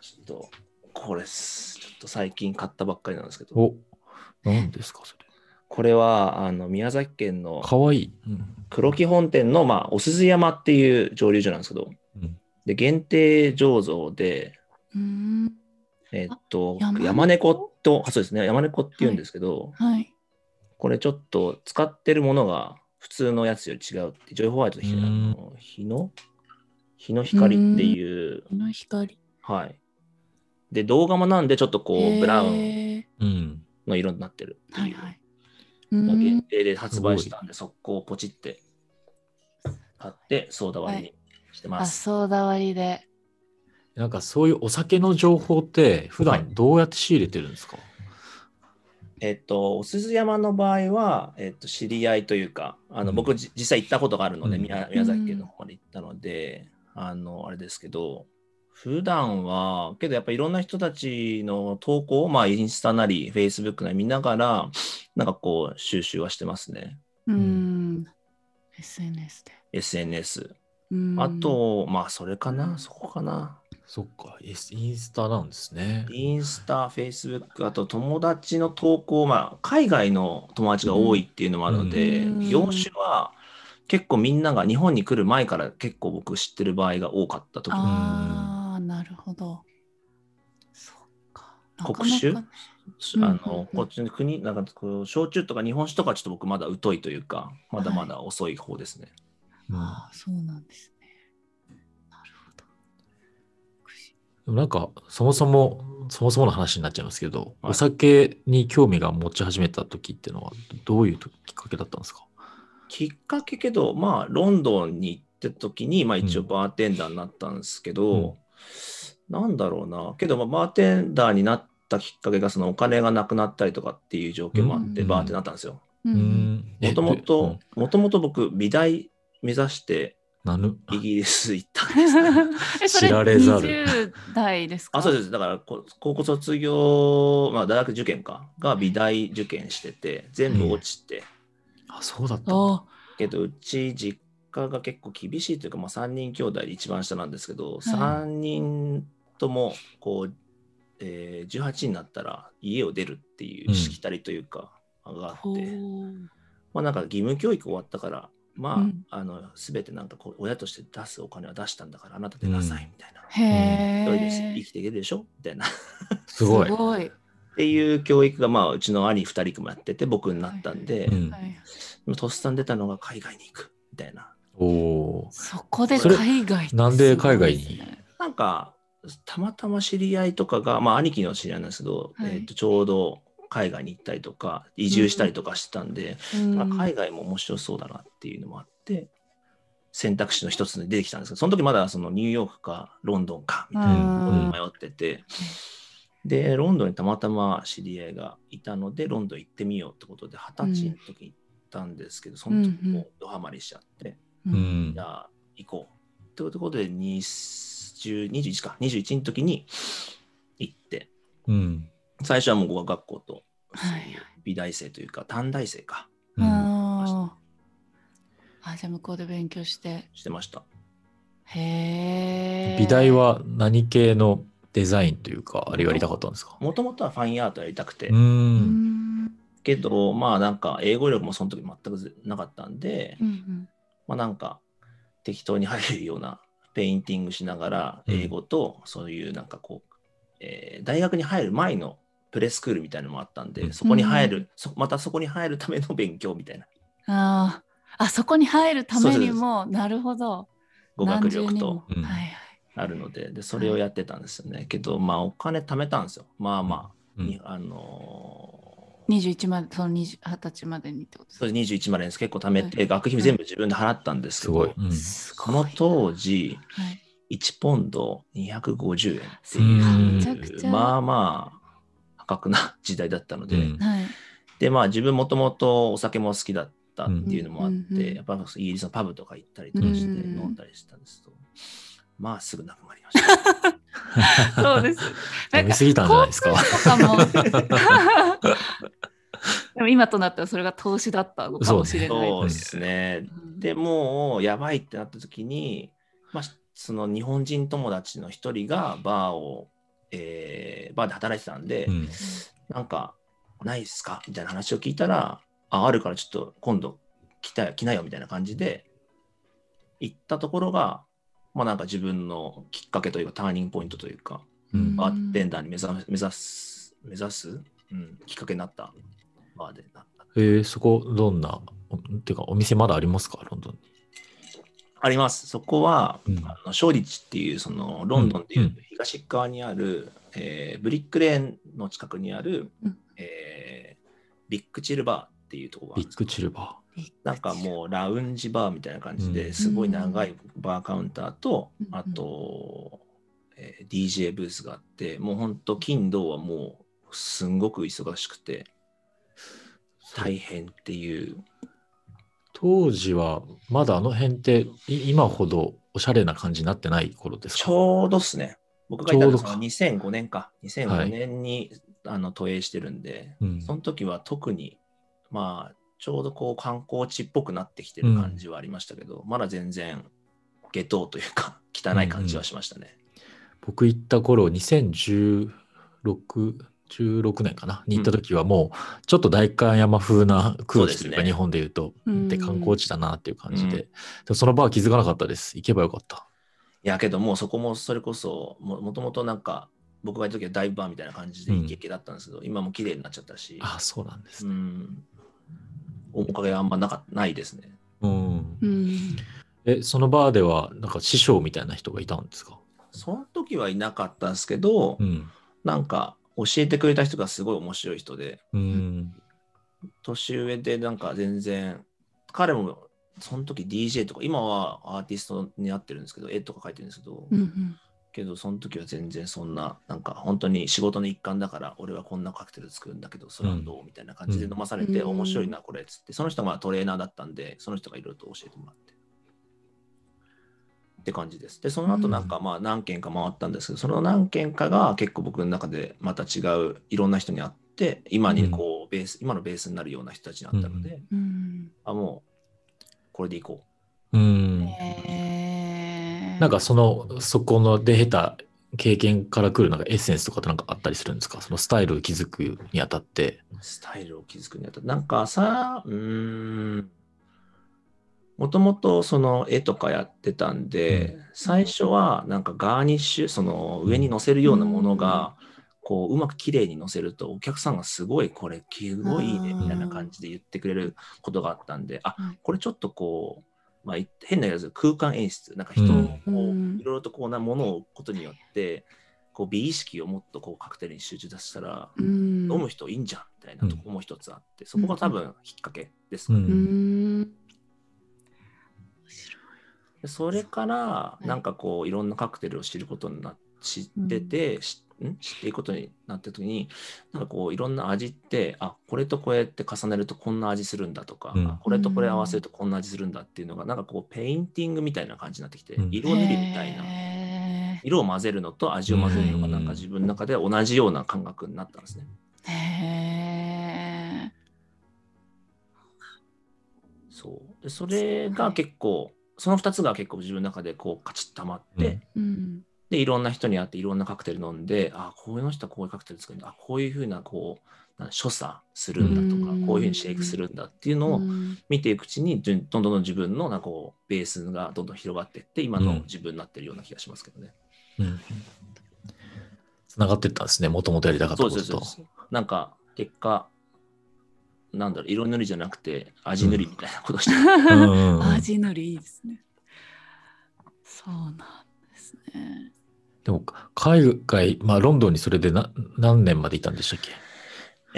Speaker 2: ちょっと、これです。ちょっと最近買ったばっかりなんですけど、
Speaker 1: お、何ですか、それ。
Speaker 2: これはあの宮崎県の
Speaker 1: かわいい。うん。
Speaker 2: 黒木本店の、まあ、お鈴山っていう上流所なんですけど、
Speaker 1: うん
Speaker 2: で限定醸造で、
Speaker 3: うーん。
Speaker 2: えっと、
Speaker 3: あ山猫
Speaker 2: 山猫と、あそうですね、山猫って言うんですけど、
Speaker 3: はい。
Speaker 2: これちょっと使ってるものが普通のやつより違うって、ジョイホワイトで、
Speaker 1: うん
Speaker 2: あの日の日の光っていう、
Speaker 3: この光。
Speaker 2: はい。で、動画もなんでちょっとこ
Speaker 3: へ
Speaker 2: う、
Speaker 3: ー
Speaker 2: ブラウン
Speaker 1: うん。
Speaker 2: の色になってるって
Speaker 3: はいいうはい。
Speaker 2: のが
Speaker 3: うー
Speaker 2: 限
Speaker 3: ん
Speaker 2: 定で発売したんで、速攻ポチって買って、ソーダ割りにしてま
Speaker 3: あ、
Speaker 2: す。
Speaker 3: そうだわりで。
Speaker 1: なんかそういうお酒の情報って、普段どうやって仕入れてるんですか、
Speaker 2: えっと、お鈴山の場合は、えっと、知り合いというか、あの
Speaker 1: うん
Speaker 2: 僕、じ実際行ったことがあるので、
Speaker 1: うん
Speaker 2: 宮宮崎県の方まで行ったので、あの、あれですけど、普段は、けどやっぱいろんな人たちの投稿を、まあ、インスタなり、フェイスブックなり見ながら、なんかこう、収集はしてますね。
Speaker 3: うー
Speaker 1: ん
Speaker 3: ん。SNS で。
Speaker 2: SNS。
Speaker 3: うーん
Speaker 2: あ、と、まあ、それかな、そこかな。
Speaker 1: そっか、インスタなんですね。
Speaker 2: インスタ、フェイスブック、あと友達の投稿、まあ、海外の友達が多いっていうのもあるので、
Speaker 3: うん
Speaker 2: 業種は結構みんなが日本に来る前から結構僕知ってる場合が多かった時
Speaker 3: ああ、なるほど。そっか。なかなか
Speaker 2: 国酒
Speaker 3: ね
Speaker 2: に、あ
Speaker 3: うんうんうん
Speaker 2: の、こっちの国、なんかこう、焼酎とか日本酒とかちょっと僕まだ疎いというか、まだまだ遅い方ですね。
Speaker 1: うん
Speaker 3: ああ、そうなんですね。なるほど。
Speaker 1: でもなんか、そもそも、そもそもの話になっちゃいますけど、
Speaker 2: はい
Speaker 1: お酒に興味が持ち始めた時っていうのは、どういうときっかけだったんですか
Speaker 2: きっかけけど、まあ、ロンドンに行った時に、まあ、一応
Speaker 1: うん
Speaker 2: バーテンダーになったんですけど、
Speaker 1: うん
Speaker 2: なんだろうな、けど、まあ、バーテンダーになったきっかけが、そのお金がなくなったりとかっていう状況もあって、
Speaker 3: うん
Speaker 2: バーテンになったんですよ。
Speaker 3: う
Speaker 1: うんん。え
Speaker 2: もとも
Speaker 1: う
Speaker 2: と
Speaker 1: ん、
Speaker 2: もともと僕、美大目指して
Speaker 1: なぬ。
Speaker 2: イギリス 行ったんです。
Speaker 3: えそれ
Speaker 1: 知られざる
Speaker 3: 20代ですか
Speaker 2: あそうです。だから、こ高校卒業、まあ、大学受験か、が美大受験してて、全部落ちて、
Speaker 1: あ、そうだったんだ。
Speaker 3: あ
Speaker 2: けどうち実家が結構厳しいというか、まあ、3人兄弟で一番下なんですけど、3人ともこう、えー18になったら家を出るっていうしきたりというか、があ
Speaker 3: ほ
Speaker 2: っ
Speaker 3: う
Speaker 2: て、まあ、なんか義務教育終わったからまあ、
Speaker 3: うん
Speaker 2: あの全てなんかこう親として出すお金は出したんだからあなた出なさいみたいな。
Speaker 3: へえ、
Speaker 2: 一人で生きていけるでしょみたいな。っ
Speaker 1: すごい。
Speaker 3: すごい。
Speaker 2: ていう教育が、まあ、うちの兄2人組もやってて、僕になったんで
Speaker 1: う、ん
Speaker 3: は、い
Speaker 2: まあとっさん出たのが海外に行くみたいな。
Speaker 1: おおー。
Speaker 3: そこで
Speaker 1: それ
Speaker 3: 海外って
Speaker 1: なんで海外に
Speaker 3: すごいですね
Speaker 2: なんか、たまたま知り合いとかが、まあ、兄貴の知り合いなんですけど、
Speaker 3: はい
Speaker 2: えっとちょうど海外に行ったりとか、移住したりとかしてたんで、
Speaker 3: うん
Speaker 2: まあ海外も面白そうだなっていうのもあって、選択肢の一つに出てきたんですけど、その時まだそのニューヨークかロンドンかみたい
Speaker 1: な
Speaker 2: なとこ
Speaker 1: う
Speaker 2: ろ
Speaker 1: ん
Speaker 2: に迷ってて、で、ロンドンにたまたま知り合いがいたので、ロンドン行ってみようってことで、二十歳の時に行ったんですけど、その時もうドハマりしちゃって、
Speaker 3: うん
Speaker 1: うん
Speaker 2: じ。ゃあ行こう。ということで、20 21か、21の時に行って、
Speaker 1: うん。
Speaker 2: 最初はもう語学学校と、
Speaker 3: はいはい
Speaker 2: 美大生というか、短大生か、
Speaker 1: うん
Speaker 3: あーあじゃあ向こうで勉強して
Speaker 2: してました。
Speaker 3: へえ
Speaker 1: 美大は何系のデザインというか、あれをやりたかったんですか
Speaker 2: もともとはファインアートやりたくて、
Speaker 1: う。
Speaker 3: うんん
Speaker 2: けど、まあなんか、英語力もその時全くなかったんで、
Speaker 3: うんうん
Speaker 2: まあなんか、適当に入るような、ペインティングしながら、
Speaker 1: うん
Speaker 2: 英語と、そういうなんかこう、えー大学に入る前のプレスクールみたいなのもあったん
Speaker 1: う
Speaker 2: で、
Speaker 1: ん
Speaker 2: そこに入る、
Speaker 3: うん
Speaker 2: そまたそこに入るための勉強みたいな。
Speaker 3: あーあそこに入るために
Speaker 2: そ
Speaker 3: もなるほど
Speaker 2: 語学力と
Speaker 3: 何重にも
Speaker 1: うん
Speaker 3: はいはい
Speaker 2: あるのででそれをやってたんですよね、けどまあお金貯めたんですよまあまあ、
Speaker 1: うん
Speaker 2: にあのー
Speaker 3: 21までその20 20歳までにってことです
Speaker 2: それ21までです結構貯めて、
Speaker 3: は
Speaker 2: 学費全部自分で払ったんですけ
Speaker 1: す
Speaker 2: ど、
Speaker 1: ごい。うん
Speaker 3: す
Speaker 2: この当時
Speaker 3: はい
Speaker 2: 1ポンド250円って
Speaker 1: うんめち
Speaker 3: ゃ
Speaker 2: い
Speaker 3: く
Speaker 2: う
Speaker 3: ちゃ
Speaker 2: まあまあ破格な時代だったので、
Speaker 1: うん
Speaker 3: はい
Speaker 2: でまあ自分もともとお酒も好きだったっていうのもあって、
Speaker 3: うんうんうん
Speaker 2: やっぱイギリスのパブとか行ったりとかして
Speaker 3: うん
Speaker 2: 飲んだりしたんですけど、まあすぐなくなりました
Speaker 3: そうです。
Speaker 1: 飲みすぎたんじゃない ですか。
Speaker 3: なんか交通とか もでも今となってはそれが投資だったのかもしれない。
Speaker 2: そうですね
Speaker 3: うん
Speaker 2: でもうやばいってなった時に、まあ、その日本人友達の一人がバーをえーバーで働いてたんで、
Speaker 1: うん
Speaker 2: なんか、ないっすかみたいな話を聞いたら、あ、あるからちょっと今度来たよ来なよみたいな感じで、行ったところが、まあなんか自分のきっかけというか、ターニングポイントというか、
Speaker 1: うん
Speaker 2: バーテンダーに目指目指す、目指す、うん、きっかけになったバーでなった。
Speaker 1: えーそこどんなおてかお店まだありますかロンドンに
Speaker 2: あります。そこは、
Speaker 1: うん
Speaker 2: あのショーリッチっていう、そのロンドンでい
Speaker 1: んう
Speaker 2: うん東側にある、えーブリックレーンの近くにある、
Speaker 3: うん
Speaker 2: えービッグチルバーっていうところがある
Speaker 1: ビ
Speaker 2: んです
Speaker 1: ッグチルバ
Speaker 2: なんかもうラウンジバーみたいな感じで、
Speaker 1: うん
Speaker 2: すごい長いバーカウンターと、
Speaker 3: うん
Speaker 2: あと、えー DJ ブースがあって、もう本当、金土はもうすんごく忙しくて
Speaker 1: ー、
Speaker 2: 大変っていう、
Speaker 1: 当時はまだあの辺ってい今ほどおしゃれな感じになってない頃です
Speaker 2: ち
Speaker 1: か
Speaker 2: ょうどっすね、僕がいたの
Speaker 1: ちょうどか
Speaker 2: は2005年か、
Speaker 1: は
Speaker 2: 2005
Speaker 1: い
Speaker 2: 年に、あの投影してるんで、
Speaker 1: うん
Speaker 2: その時は特に、まあ、ちょうどこう観光地っぽくなってきてる感じはありましたけど、まだ全然、下等というか、汚い感じはしましたね。
Speaker 1: 僕行った頃2016 16年かなに行った時はもうちょっと代官山風な空気という
Speaker 2: そうで
Speaker 1: か
Speaker 2: すね
Speaker 1: 日本で言うと
Speaker 3: うん
Speaker 1: で観光地だなっていう感じで,、
Speaker 2: うん
Speaker 1: でもそのバー気づかなかったです行けばよかった
Speaker 2: いやけどもうそこもそれこそももともとなんか僕がいた時はダイバーみたいな感じで
Speaker 1: うん
Speaker 2: イケイケだったんですけど、今もう綺麗になっちゃったし、
Speaker 1: あそうなんです
Speaker 2: う
Speaker 1: ね、
Speaker 2: ん、面影はあんまなかないですね。
Speaker 1: うん
Speaker 3: うん
Speaker 1: えそのバーではなんか師匠みたいな人がいたんですか
Speaker 2: その時はいなかったんですけど、
Speaker 1: うん
Speaker 2: なんか教えてくれた人がすごい面白い人で
Speaker 1: うん
Speaker 2: 年上でなんか全然彼もその時 DJ とか今はアーティストになってるんですけど絵とか描いてるんですけど、
Speaker 3: うんうん
Speaker 2: けどその時は全然そんななんか本当に仕事の一環だから俺はこんなカクテル作るんだけどそれはどうみたいな感じで飲まされて、
Speaker 3: うん
Speaker 2: 面白いなこれっつってその人がトレーナーだったんでその人がいろいろと教えてもらってって感じですでその後なんかまあ何軒か回ったんですけど、その何軒かが結構僕の中でまた違ういろんな人に会って今にこうベース、今のベースになるような人たちに会ったので、
Speaker 3: うん
Speaker 2: あもうこれでいこ
Speaker 1: うん、
Speaker 3: えー
Speaker 1: なんかそのそこので得た経験から来るなんかエッセンスとかってなんかあったりするんですかそのスタイルを築くにあたって。
Speaker 2: うスタイルを築くにあたってなんかさうーんもともとその絵とかやってたんで、最初はなんかガーニッシュ、その上に乗せるようなものが、こううまく綺麗に乗せるとお客さんがすごいこれすごいいいね
Speaker 3: あー
Speaker 2: みたいな感じで言ってくれることがあったんで、あ
Speaker 3: はい
Speaker 2: これちょっとこう、まあ、変なやつ空間演出、なんか人を
Speaker 1: うん
Speaker 2: こう
Speaker 3: うん
Speaker 2: いろいろとこうなものを置くことによって、こう美意識をもっとこうカクテルに集中させたら、
Speaker 3: うん
Speaker 2: 飲む人いいんじゃんみたいなとこも一つあって、そこが多分引っ掛けですかね、
Speaker 3: うんん
Speaker 2: でそれから
Speaker 3: い
Speaker 2: なんかこういろんなカクテルを知ることになって知ってて、しん知っていくことになった時になんかこういろんな味ってあこれとこれって重ねるとこんな味するんだとか、
Speaker 1: うん
Speaker 2: あこれとこれ合わせるとこんな味するんだっていうのがなんかこうペインティングみたいな感じになってきて、
Speaker 1: うん
Speaker 2: 色塗りみたいな
Speaker 3: へ
Speaker 2: 色を混ぜるのと味を混ぜるのが
Speaker 1: うん
Speaker 2: なんか自分の中で同じような感覚になったんですね。
Speaker 3: ーへ
Speaker 2: そうでそれが結構その2つが結構自分の中でこうカチッと溜まって、
Speaker 1: うん
Speaker 3: ーうん
Speaker 2: でいろんな人に会っていろんなカクテル飲んであこういう人はこういうカクテル作るんだあこういうふうなこうな所作するんだとか、
Speaker 3: うん
Speaker 2: こういうふうにシェイクするんだっていうのを
Speaker 3: うん
Speaker 2: 見ていくうちに順どんどんどん自分のなんかこうベースがどんどん広がっていって今
Speaker 1: うん
Speaker 2: の自分になってるような気がしますけどね。
Speaker 1: つながってったんですね、もともとやりたかった
Speaker 2: そう
Speaker 1: こと
Speaker 2: ですそう
Speaker 1: と
Speaker 2: で。すなんか結果なんだろう色塗りじゃなくて味塗りみたいなことをしてる、
Speaker 1: うんうんうん
Speaker 3: 味のりいいですね。そうなんですね。
Speaker 1: でも海外、まあ、ロンドンにそれでな何年までいたんでしたっけ、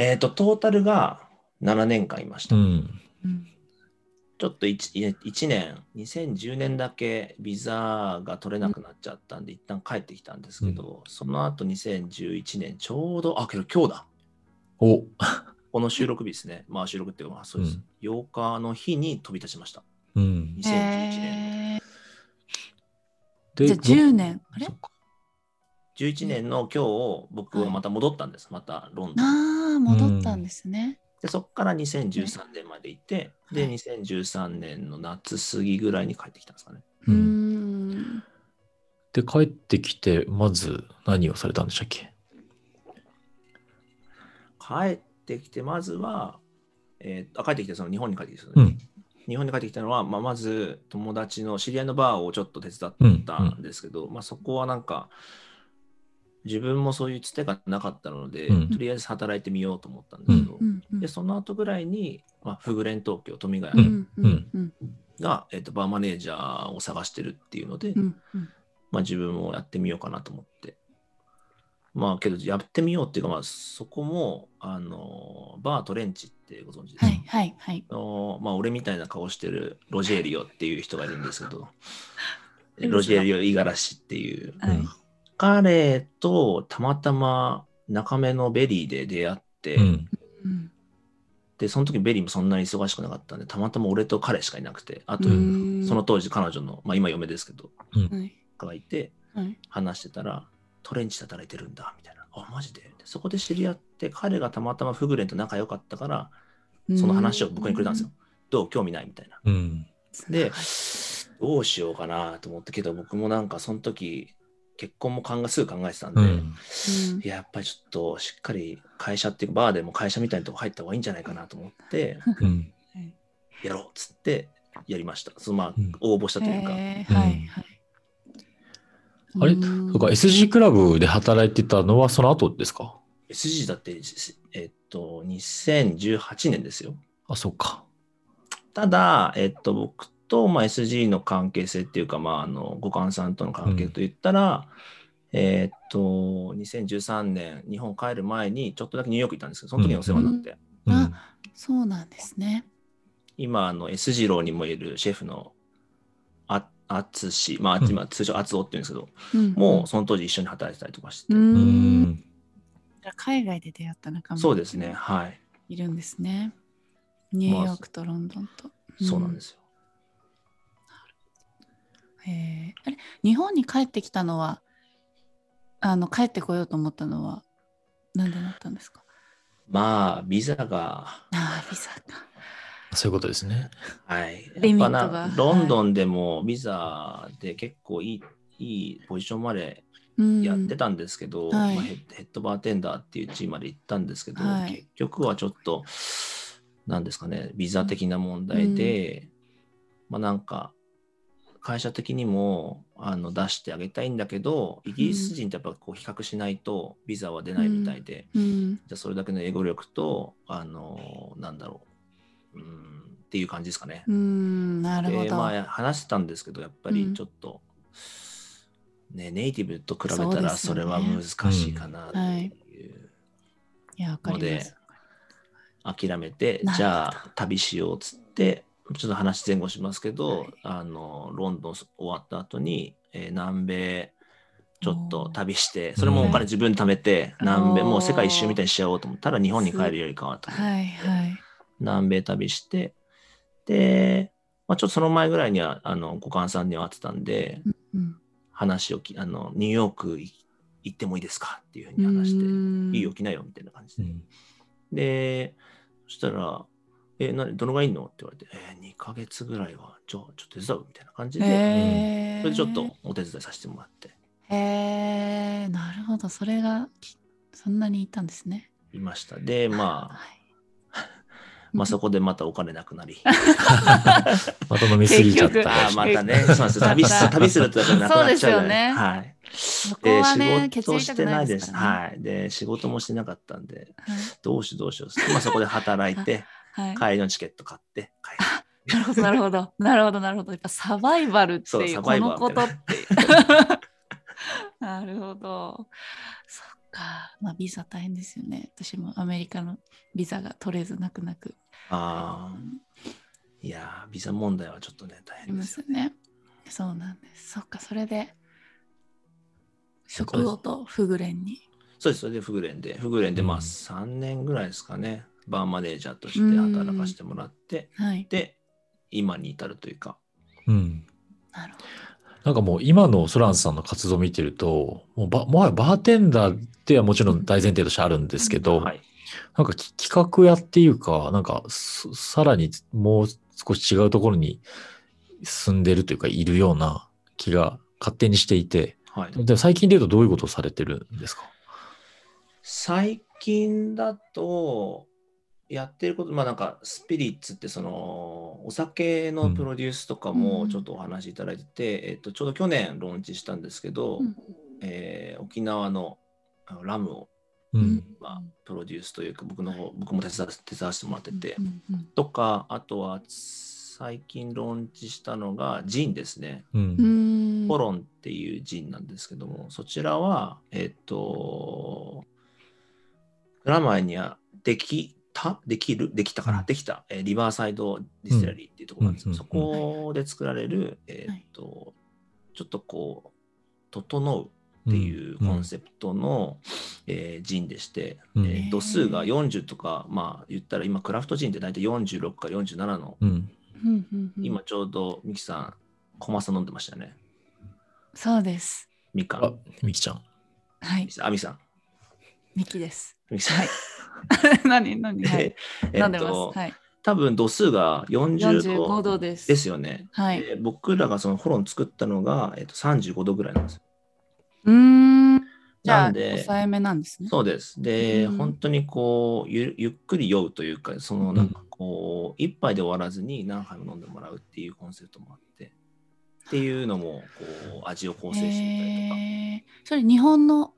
Speaker 2: えっとトータルが7年間いました。
Speaker 1: うん、
Speaker 3: うん
Speaker 2: ちょっと 1, 1年、2010年だけビザが取れなくなっちゃったんで、一旦帰ってきたんですけど、その後2011年、ちょうど、あ、けど今日だ、
Speaker 1: お、
Speaker 2: この収録日ですね、まあ収録っていうのはそうです、
Speaker 1: うん
Speaker 2: 8日の日に飛び立ちました、
Speaker 1: うん、
Speaker 2: 2011年。
Speaker 3: へー
Speaker 1: で
Speaker 3: じゃあ10年あれ
Speaker 1: そっか
Speaker 2: 11年の今日、僕はまた戻ったんです、またロンドン。
Speaker 3: ああ戻ったんですね。
Speaker 2: で、そこから2013年までいて、で、
Speaker 3: はい
Speaker 2: 2013年の夏過ぎぐらいに帰ってきたんですかね。
Speaker 1: う
Speaker 3: うんん。
Speaker 1: で、帰ってきて、まず何をされたんでしたっけ
Speaker 2: 帰ってきて、まずは、えーあ帰ってきて、その日本に帰ってきて、
Speaker 1: うん。
Speaker 2: 日本に帰ってきたのは、まあ、まず友達の知り合いのバーをちょっと手伝っ
Speaker 1: うん
Speaker 2: たんですけど、まあ、そこはなんか、自分もそういうつてがなかったので、
Speaker 1: うん
Speaker 2: とりあえず働いてみようと思ったんですけど、
Speaker 3: うんうん
Speaker 2: でその後ぐらいに、まあ、フグレン東京、富ヶ
Speaker 3: う
Speaker 2: 谷
Speaker 3: んうんうん
Speaker 2: が、えっとバーマネージャーを探してるっていうので、
Speaker 3: うんうん
Speaker 2: まあ、自分もやってみようかなと思って。まあけどやってみようっていうか、まあ、そこもあのバートレンチってご存知ですか、
Speaker 3: はいはいはい。
Speaker 2: あのまあ、俺みたいな顔してるロジェリオっていう人がいるんですけど
Speaker 3: うん
Speaker 2: ロジェリオ五十嵐っていう
Speaker 3: はい
Speaker 2: 彼とたまたま中目のベリーで出会って、
Speaker 1: うん。
Speaker 3: うん
Speaker 2: でその時ベリーもそんなに忙しくなかったんでたまたま俺と彼しかいなくてあと、
Speaker 1: うん
Speaker 2: その当時彼女の、まあ、今嫁ですけど
Speaker 3: はい
Speaker 2: がいて
Speaker 3: はい
Speaker 2: 話してたらトレンチで働いてるんだみたいなあマジででそこで知り合って彼がたまたまフグレンと仲良かったからその話を僕にくれたんですよ、。どう興味ないみたいな
Speaker 1: うん。
Speaker 2: で、どうしようかなと思ったけど、僕もなんかその時、結婚も考えすぐ考えてたんで、
Speaker 1: うん。
Speaker 2: いややっぱりちょっとしっかり会社っていうか、バーでも会社みたいなとこ入った方がいいんじゃないかなと思って、
Speaker 1: うん。
Speaker 3: はい
Speaker 2: やろうっつってやりました。そのまあ
Speaker 1: うん、
Speaker 2: 応募したというか、
Speaker 3: へーはいはい。
Speaker 1: あれ、
Speaker 3: うん
Speaker 1: そうか、SG クラブで働いてたのはその後ですか
Speaker 2: SG だって、えっと、2018年ですよ。
Speaker 1: あ、そうか。
Speaker 2: ただ、えっと、僕と、まあ、SG の関係性っていうか、まあ、あの、五感さんとの関係といったら、えっと、2013年、日本帰る前に、ちょっとだけニューヨーク行ったんですけど、その時にお世話になって、
Speaker 1: うん
Speaker 3: あそうなんですね。
Speaker 2: 今、あの、S 次郎にもいるシェフの、あ、あつし、まあ、
Speaker 1: うん
Speaker 2: 今、通称あつおって言うんですけど、
Speaker 3: うん
Speaker 2: もう、その当時一緒に働いてたりとかして、
Speaker 3: う
Speaker 1: う
Speaker 3: んうん
Speaker 1: ん。
Speaker 3: じゃあ海外で出会った仲間
Speaker 2: そうですね、はい、
Speaker 3: いるんですね。ニューヨークとロンドンと。。
Speaker 2: そうなんですすよ。
Speaker 3: へーあれ日本に帰ってきたのはあの帰ってこようと思ったのは何でなったんですか
Speaker 2: まあ、ビザが、
Speaker 3: ああビザか。
Speaker 1: そういうことですね。
Speaker 2: はい。
Speaker 3: リミットが
Speaker 2: やっぱな
Speaker 3: はい
Speaker 2: ロンドンでもビザで結構いい、いいポジションまで
Speaker 3: うん、
Speaker 2: やってたんですけど、
Speaker 3: はい
Speaker 2: まあヘッヘッドバーテンダーっていうチームまで行ったんですけど、
Speaker 3: はい
Speaker 2: 結局はちょっと、なんですかね、ビザ的な問題で、まあなんか、会社的にもあの出してあげたいんだけど、イギリス人ってやっぱこう比較しないとビザは出ないみたいで、
Speaker 3: うん。
Speaker 2: じゃあそれだけの英語力と、あのなんだろう、うん、っていう感じですかね
Speaker 3: う。ん、なるほ
Speaker 2: で、
Speaker 3: ど。
Speaker 2: まあ、話してたんですけど、やっぱ
Speaker 3: う
Speaker 2: り
Speaker 3: ん
Speaker 2: ちょっと、ね、ネイティブと比
Speaker 3: そう
Speaker 2: べた
Speaker 3: ですよ
Speaker 2: ら、
Speaker 3: ね
Speaker 2: それは難しいかなっていう、
Speaker 3: いや、わかります。
Speaker 2: 諦めて
Speaker 3: なるほど、
Speaker 2: じゃあ、旅しようっつって、ちょっと話前後しますけど、
Speaker 3: はい
Speaker 2: あの、ロンドン終わった後に、えー南米、ちょっと旅して、
Speaker 1: ー
Speaker 2: それもお金自分で貯めて、
Speaker 3: うん
Speaker 2: 南米、
Speaker 3: おー
Speaker 2: もう世界一周みたいにしちゃおうと思ったら、日本に帰るよりかはと思って
Speaker 3: はいはい。
Speaker 2: 南米旅して、で、まあ、ちょっとその前ぐらいには、あの、股間さんには会ってたんで、
Speaker 3: うん
Speaker 2: 話をき、あの、ニューヨークい行ってもいいですかっていうふうに話して、いいよ、。来なよ、みたいな感じ
Speaker 1: う
Speaker 2: で。
Speaker 1: ん
Speaker 2: で、そしたら、え、何、どのぐらいいんのって言われて、えー、2ヶ月ぐらいは、じゃあ、ちょっと手伝う、みたいな感じで、
Speaker 3: へえ。
Speaker 2: それでちょっと。お手伝いさせてもらって、
Speaker 3: へえ、なるほど。それがきそんなにいたんですね。
Speaker 2: いました。で、ま あ、
Speaker 3: はい
Speaker 2: まあそこでまたお金なくなり。
Speaker 1: また飲みすぎちゃっ
Speaker 3: 結局
Speaker 1: た
Speaker 2: あ
Speaker 1: り
Speaker 2: ー
Speaker 1: し
Speaker 2: ま
Speaker 1: て。
Speaker 2: たね、そうなんですよ旅す旅するとだからなくなっちゃうじゃない
Speaker 3: そう
Speaker 2: はい。
Speaker 3: です
Speaker 2: で、仕
Speaker 3: よねそこはね
Speaker 2: 事してないです。
Speaker 3: 血入りたくな
Speaker 2: はい。で、仕事もしてなかったんで、
Speaker 3: はい
Speaker 2: どうしようどうしよう。まあ、そこで働いて、
Speaker 3: はい。
Speaker 2: 帰りのチケット買って、帰る
Speaker 3: なるほど、なるほど。なるほど、なるほど。やっぱサバイバルって
Speaker 2: そう、
Speaker 3: いう
Speaker 2: サ
Speaker 3: こ
Speaker 2: バイ
Speaker 3: の
Speaker 2: バー
Speaker 3: こ
Speaker 2: みた
Speaker 3: と
Speaker 2: い
Speaker 3: っ
Speaker 2: な。
Speaker 3: なるほど。そっか。まあ、ビザ大変ですよね。私もアメリカのビザが取れず、なくなく。
Speaker 2: ああ。いやー、ビザ問題はちょっとね、大
Speaker 3: あ
Speaker 2: 変
Speaker 3: り
Speaker 2: で
Speaker 3: ますす
Speaker 2: よ
Speaker 3: よ
Speaker 2: ね。
Speaker 3: ね。そうなんです。そっか、それで、食後とフグレンに。
Speaker 2: そうです、それでフグレンで、フグレンで、まあ、
Speaker 1: うん
Speaker 2: 3年ぐらいですかね、バーマネージャーとして働かせてもらって、
Speaker 3: はい。
Speaker 2: で、今に至るというか、
Speaker 1: うん。
Speaker 3: なるほ
Speaker 1: なんかもう今のソランさんの活動を見てると、もうばもはやバーテンダーってはもちろん大前提としてあるんですけど、
Speaker 2: はい。
Speaker 1: なんかき企画屋っていうか、なんかそさらにもう少し違うところに進んでるというか、いるような気が勝手にしていて、
Speaker 2: はい。
Speaker 1: でも最近で言うとどういうことをされてるんですか
Speaker 2: 最近だと、やってること、まあなんか、スピリッツって、その、お酒のプロデュースとか
Speaker 3: う
Speaker 2: も
Speaker 3: ん
Speaker 2: ちょっとお話しいただいてて、えっと、ちょうど去年ローンチしたんですけど、
Speaker 3: うん
Speaker 2: えー沖縄のあのラムを、
Speaker 1: う。
Speaker 3: うん
Speaker 2: まあ、プロデュースというか、僕の方、僕も手伝わ手伝わせてもらってて、
Speaker 3: うんうん
Speaker 2: とか、あとは、最近ローンチしたのが、ジンですね。
Speaker 1: う。
Speaker 3: うんん
Speaker 2: ポロンっていうジンなんですけども、そちらは、えっ、と、蔵前にはできた、できる、できたか
Speaker 1: う
Speaker 2: ら、
Speaker 1: ん
Speaker 2: できた、えーリバーサイドディステラリーっていうところなんですけ
Speaker 1: う
Speaker 2: ど、
Speaker 1: ん
Speaker 3: うんうん
Speaker 2: そこで作られる、えっ、と、ちょっとこう、整うっていうコンセプトの、えージンでして、
Speaker 1: うん
Speaker 2: えー度数が40とか、まあ言ったら今クラフトジンって大体46か47の、
Speaker 1: うん。
Speaker 3: うんうんうん
Speaker 2: 今ちょうどミキさん、小松さん飲んでましたよね。
Speaker 3: そうです
Speaker 2: みかん。
Speaker 1: あ、みきちゃん。
Speaker 3: はい
Speaker 2: あみさん。
Speaker 3: ミキです
Speaker 2: みきさん。
Speaker 3: 何何はい
Speaker 2: え
Speaker 3: 飲ん
Speaker 2: っ
Speaker 3: でま
Speaker 2: と
Speaker 3: す、はい
Speaker 2: 多分度数が
Speaker 3: 45
Speaker 2: 45
Speaker 3: 度です
Speaker 2: ですよね。
Speaker 3: はい
Speaker 2: で僕らがそのホロン作ったのが、えっと、35度ぐらいなんですよ。
Speaker 3: うーんじゃ
Speaker 2: な
Speaker 3: あ
Speaker 2: んで
Speaker 3: 抑えめなんですね
Speaker 2: そうです。で、
Speaker 3: うん
Speaker 2: 本当にこうゆ、ゆっくり酔うというか、そのなんかこう、一杯で終わらずに何杯も飲んでもらうっていうコンセプトもあって、っていうのも、こう、味を構成してみたりとか。
Speaker 3: へーそれ日本の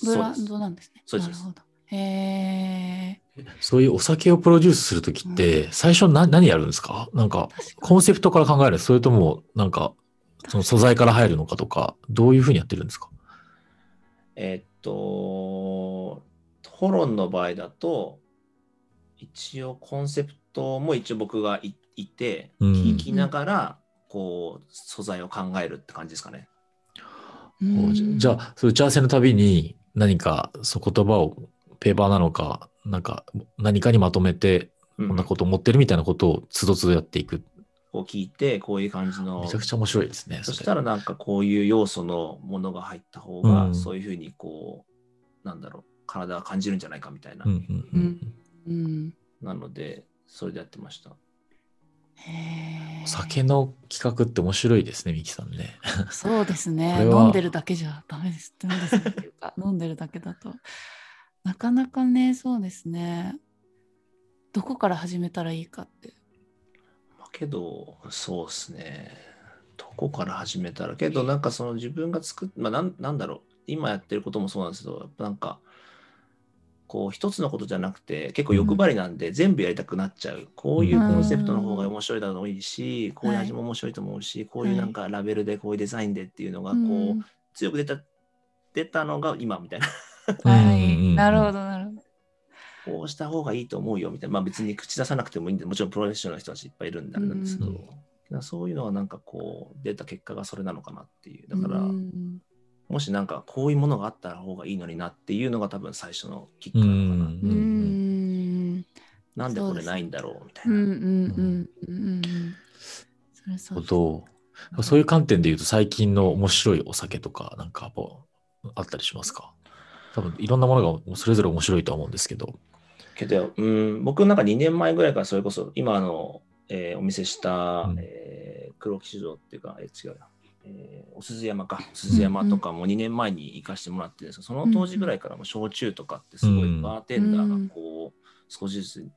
Speaker 3: ブ
Speaker 2: そう
Speaker 3: ラ
Speaker 2: で
Speaker 3: ン
Speaker 2: す
Speaker 3: ドなんですね。
Speaker 2: そうです
Speaker 3: なるほど。へえ。
Speaker 1: そういうお酒をプロデュースするときって、最初な何やるんですかなんか、
Speaker 3: 確か
Speaker 1: コンセプトから考えるそれとも、なんか、その素材から入るのかとか、どういうふうにやってるんですか
Speaker 2: えっと、ホロンの場合だと、一応コンセプトも一応僕がいいて、
Speaker 1: うん
Speaker 2: 聞きながら、こう、素材を考えるって感じですかね。
Speaker 3: に
Speaker 1: こう
Speaker 3: う
Speaker 1: んじゃじゃあ、そういう打ち合わせのたびに何かそう言葉をペーパーなのか、なんか何かにまとめて、
Speaker 2: うん
Speaker 1: こんなこと思ってるみたいなことをつどつどやっていく。
Speaker 2: こう聞いて、こういう感じの
Speaker 1: めちゃ。くちゃ面白いですね。
Speaker 2: そした
Speaker 1: ら、
Speaker 2: らなんかこういう要素のものが入った方が、
Speaker 1: うん
Speaker 2: そういうふうにこう、なんだろう、体が感じるんじゃないかみたいな。
Speaker 1: うんうんうん
Speaker 3: うん。
Speaker 2: なので、それでやってました。
Speaker 3: へ
Speaker 1: う
Speaker 3: え。
Speaker 1: ん。酒の企画って面白いですね、ミキさんね。
Speaker 3: そうです
Speaker 1: こ
Speaker 3: ね。
Speaker 1: れは
Speaker 3: 飲んでるだけじゃダメです。ダメですねっていうか飲んでるだけだと。なかなかね、そうですね。どこから始めたらいいかって。
Speaker 2: まあけど、そうですね。どこから始めたら、けど、なんかその自分が作っ、まあなん、なんだろう、今やってることもそうなんですけど、やっぱなんか、こう、一つのことじゃなくて、結構欲張りなんで、全部やりたくなっちゃう。こういうコンセプトの方が面白いだろういいし、こういう味も面白いと思うし、こういうなんかラベルで、こういうデザインでっていうのが、こう、
Speaker 3: うん
Speaker 2: 強く出た、出たのが今みたいな。
Speaker 3: は
Speaker 1: うんうんう
Speaker 3: い。
Speaker 1: ん
Speaker 3: なるほど、なるほど。
Speaker 2: こうした方がいいと思うよみたいな、まあ、別に口出さなくてもいいんで、もちろんプロフェッショナルの人たちいっぱいいるんであれなんですけど、
Speaker 1: うん
Speaker 2: だからそういうのはなんかこう、出た結果がそれなのかなっていう、だから、
Speaker 3: うん
Speaker 2: もしなんかこういうものがあった方がいいのになっていうのが多分最初のきっか
Speaker 1: うん
Speaker 2: け
Speaker 1: う
Speaker 2: なのかな、
Speaker 1: ん
Speaker 3: う
Speaker 1: うんん。
Speaker 2: なんでこれないんだろうみたい
Speaker 3: うんう
Speaker 2: な。
Speaker 3: んうんうんうん。それそ
Speaker 1: ほ
Speaker 3: うですね。
Speaker 1: ど。そういう観点で言うと最近の面白いお酒とかなんかこうあったりしますか多分いろんなものがそれぞれ面白いとは思うんですけど。
Speaker 2: けど、うん、僕なんか2年前ぐらいからそれこそ、今あの、えーお見せした、
Speaker 1: うん
Speaker 2: えー黒木酒造っていうか、えー違うな。えーお鈴山か、お鈴山とかも2年前に行かしてもらってるんですけど、その当時ぐらいからも焼酎とかってすご
Speaker 1: う
Speaker 2: い
Speaker 1: ん
Speaker 2: バーテンダーがこう、少しずつ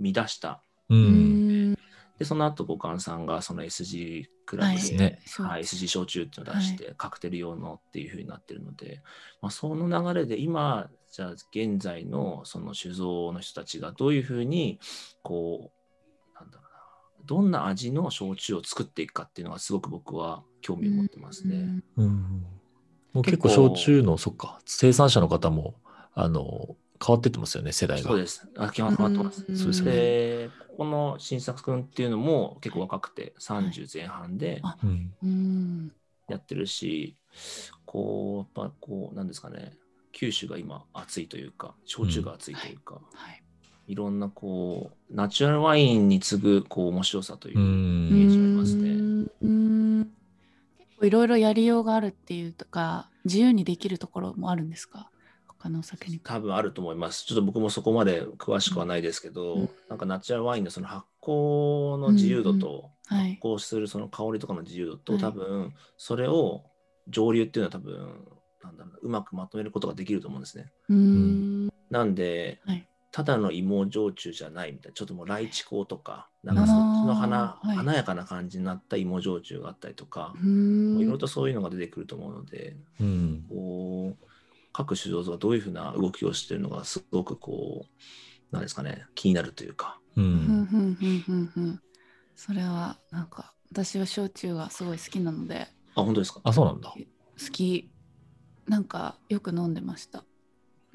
Speaker 2: 乱した。
Speaker 1: う。
Speaker 3: うんん。
Speaker 2: で、その後、五感さんがその SG クラ
Speaker 3: は
Speaker 2: ブ
Speaker 3: い
Speaker 1: す
Speaker 2: で、
Speaker 1: ね
Speaker 2: はい、SG 焼酎っていうのを出して、カクテル用のっていう風になってるので、まあ、その流れで今、じゃあ現在のその酒造の人たちがどういう風に、こう、なんだろうな、どんな味の焼酎を作っていくかっていうのがすごく僕は興味を持ってますね。
Speaker 3: うん
Speaker 1: うんもう結構
Speaker 2: 結構
Speaker 1: 焼酎の、そっか、生産者の方も、あの、変わってってますよね、世代が。
Speaker 2: そうです。あ、決まってます。
Speaker 3: うん
Speaker 1: そうですよね
Speaker 2: で、ここの新作くんっていうのも結構若くて、30前半で、
Speaker 1: うん。。
Speaker 3: うん
Speaker 2: やってるし、こう、やっぱこう、なんですかね、九州が今暑いというか、焼酎が暑いというか、
Speaker 3: はい
Speaker 2: いろんなこう、ナチュラルワインに次ぐこう面白さというう、
Speaker 3: うん
Speaker 2: ージありますね
Speaker 3: んうん結構いろいろやりようがあるっていうとか自由にできるところもあるんですか他のお酒に
Speaker 2: 多分あると思います。ちょっと僕もそこまで詳しくはないですけど、
Speaker 3: うん
Speaker 2: なんかナチュラルワインのその発酵の自由度と、
Speaker 3: はい
Speaker 2: 発酵するその香りとかの自由度と、
Speaker 3: はい
Speaker 2: 多分それを上流っていうのは多分なんだろうなうまくまとめることができると思うんですね。
Speaker 3: うーん。
Speaker 2: なんで、
Speaker 3: はい
Speaker 2: ただの芋焼酎じゃないみたいなちょっともうライチ香とかなん
Speaker 1: あ
Speaker 2: か
Speaker 1: ー
Speaker 2: そっちの花、
Speaker 3: はい
Speaker 2: 華やかな感じになった芋焼酎があったりとかも
Speaker 3: う、
Speaker 2: うい
Speaker 3: ー
Speaker 2: ろいろ
Speaker 3: ん
Speaker 2: とそういうのが出てくると思うので
Speaker 1: うん。
Speaker 2: こう各酒造がどういうふうな動きをしているのがすごくこうなんですかね気になるというか。
Speaker 1: う
Speaker 3: ふん
Speaker 1: ん。
Speaker 3: ふんふんふんふんそれはなんか私は焼酎がすごい好きなので
Speaker 2: あ本当ですか
Speaker 1: あ、そうなんだ。
Speaker 3: 好きなんかよく飲んでました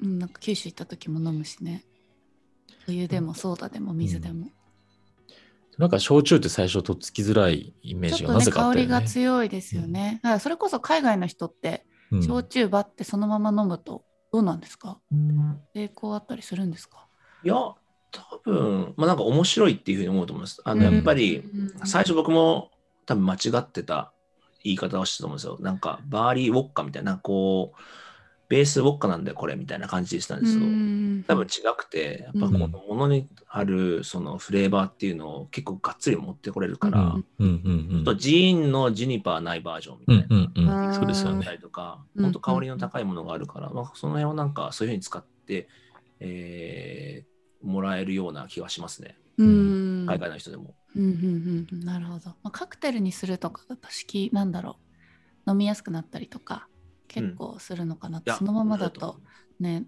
Speaker 3: うんなんか九州行った時も飲むしねお湯でもソーダでも水でも、
Speaker 1: なんか焼酎って最初とっつきづらいイメー
Speaker 3: ち
Speaker 1: ジ
Speaker 3: ょっ
Speaker 1: がな
Speaker 3: とね
Speaker 1: ぜかあ
Speaker 3: 香
Speaker 1: ったよ
Speaker 3: り
Speaker 1: ね。
Speaker 3: が強いですよね、だからそれこそ海外の人って
Speaker 1: うん
Speaker 3: 焼酎ばってそのまま飲むとどうなんですか抵抗あったりするんですか
Speaker 2: いや多分まあなんか面白いっていうふうに思うと思います。あのやっぱり、最初僕も多分間違ってた言い方をしてたと思うんですよ。なんかバーリーウォッカみたいな、こう、ベースウォッカなんだよこれみたいな感じでしたんですけど、多分違くて、やっぱこのものにあるそのフレーバーっていうのを結構がっつり持ってこれるか
Speaker 1: う
Speaker 2: ら、
Speaker 1: んうんうん
Speaker 2: ちょっとジーンのジュニパーないバージョンみ
Speaker 1: う
Speaker 2: た
Speaker 1: ん
Speaker 2: いな。
Speaker 1: うんうんう。
Speaker 3: うんん
Speaker 1: そうですよ
Speaker 2: だっ
Speaker 1: ね
Speaker 2: た。りとか、
Speaker 3: うん
Speaker 2: 本当香りの高いものがあるから、まあ、その辺をなんかそういうふうに使って、えーもらえるような気がしますね、
Speaker 3: うん
Speaker 2: 海外の人でも。
Speaker 3: うんうんうんうんなるほど、まあ、カクテルにするとかだと式なんだろう飲みやすくなったりとか結構するのかなっ
Speaker 2: い
Speaker 3: て、
Speaker 2: や
Speaker 3: そのままだ
Speaker 2: なる
Speaker 3: とね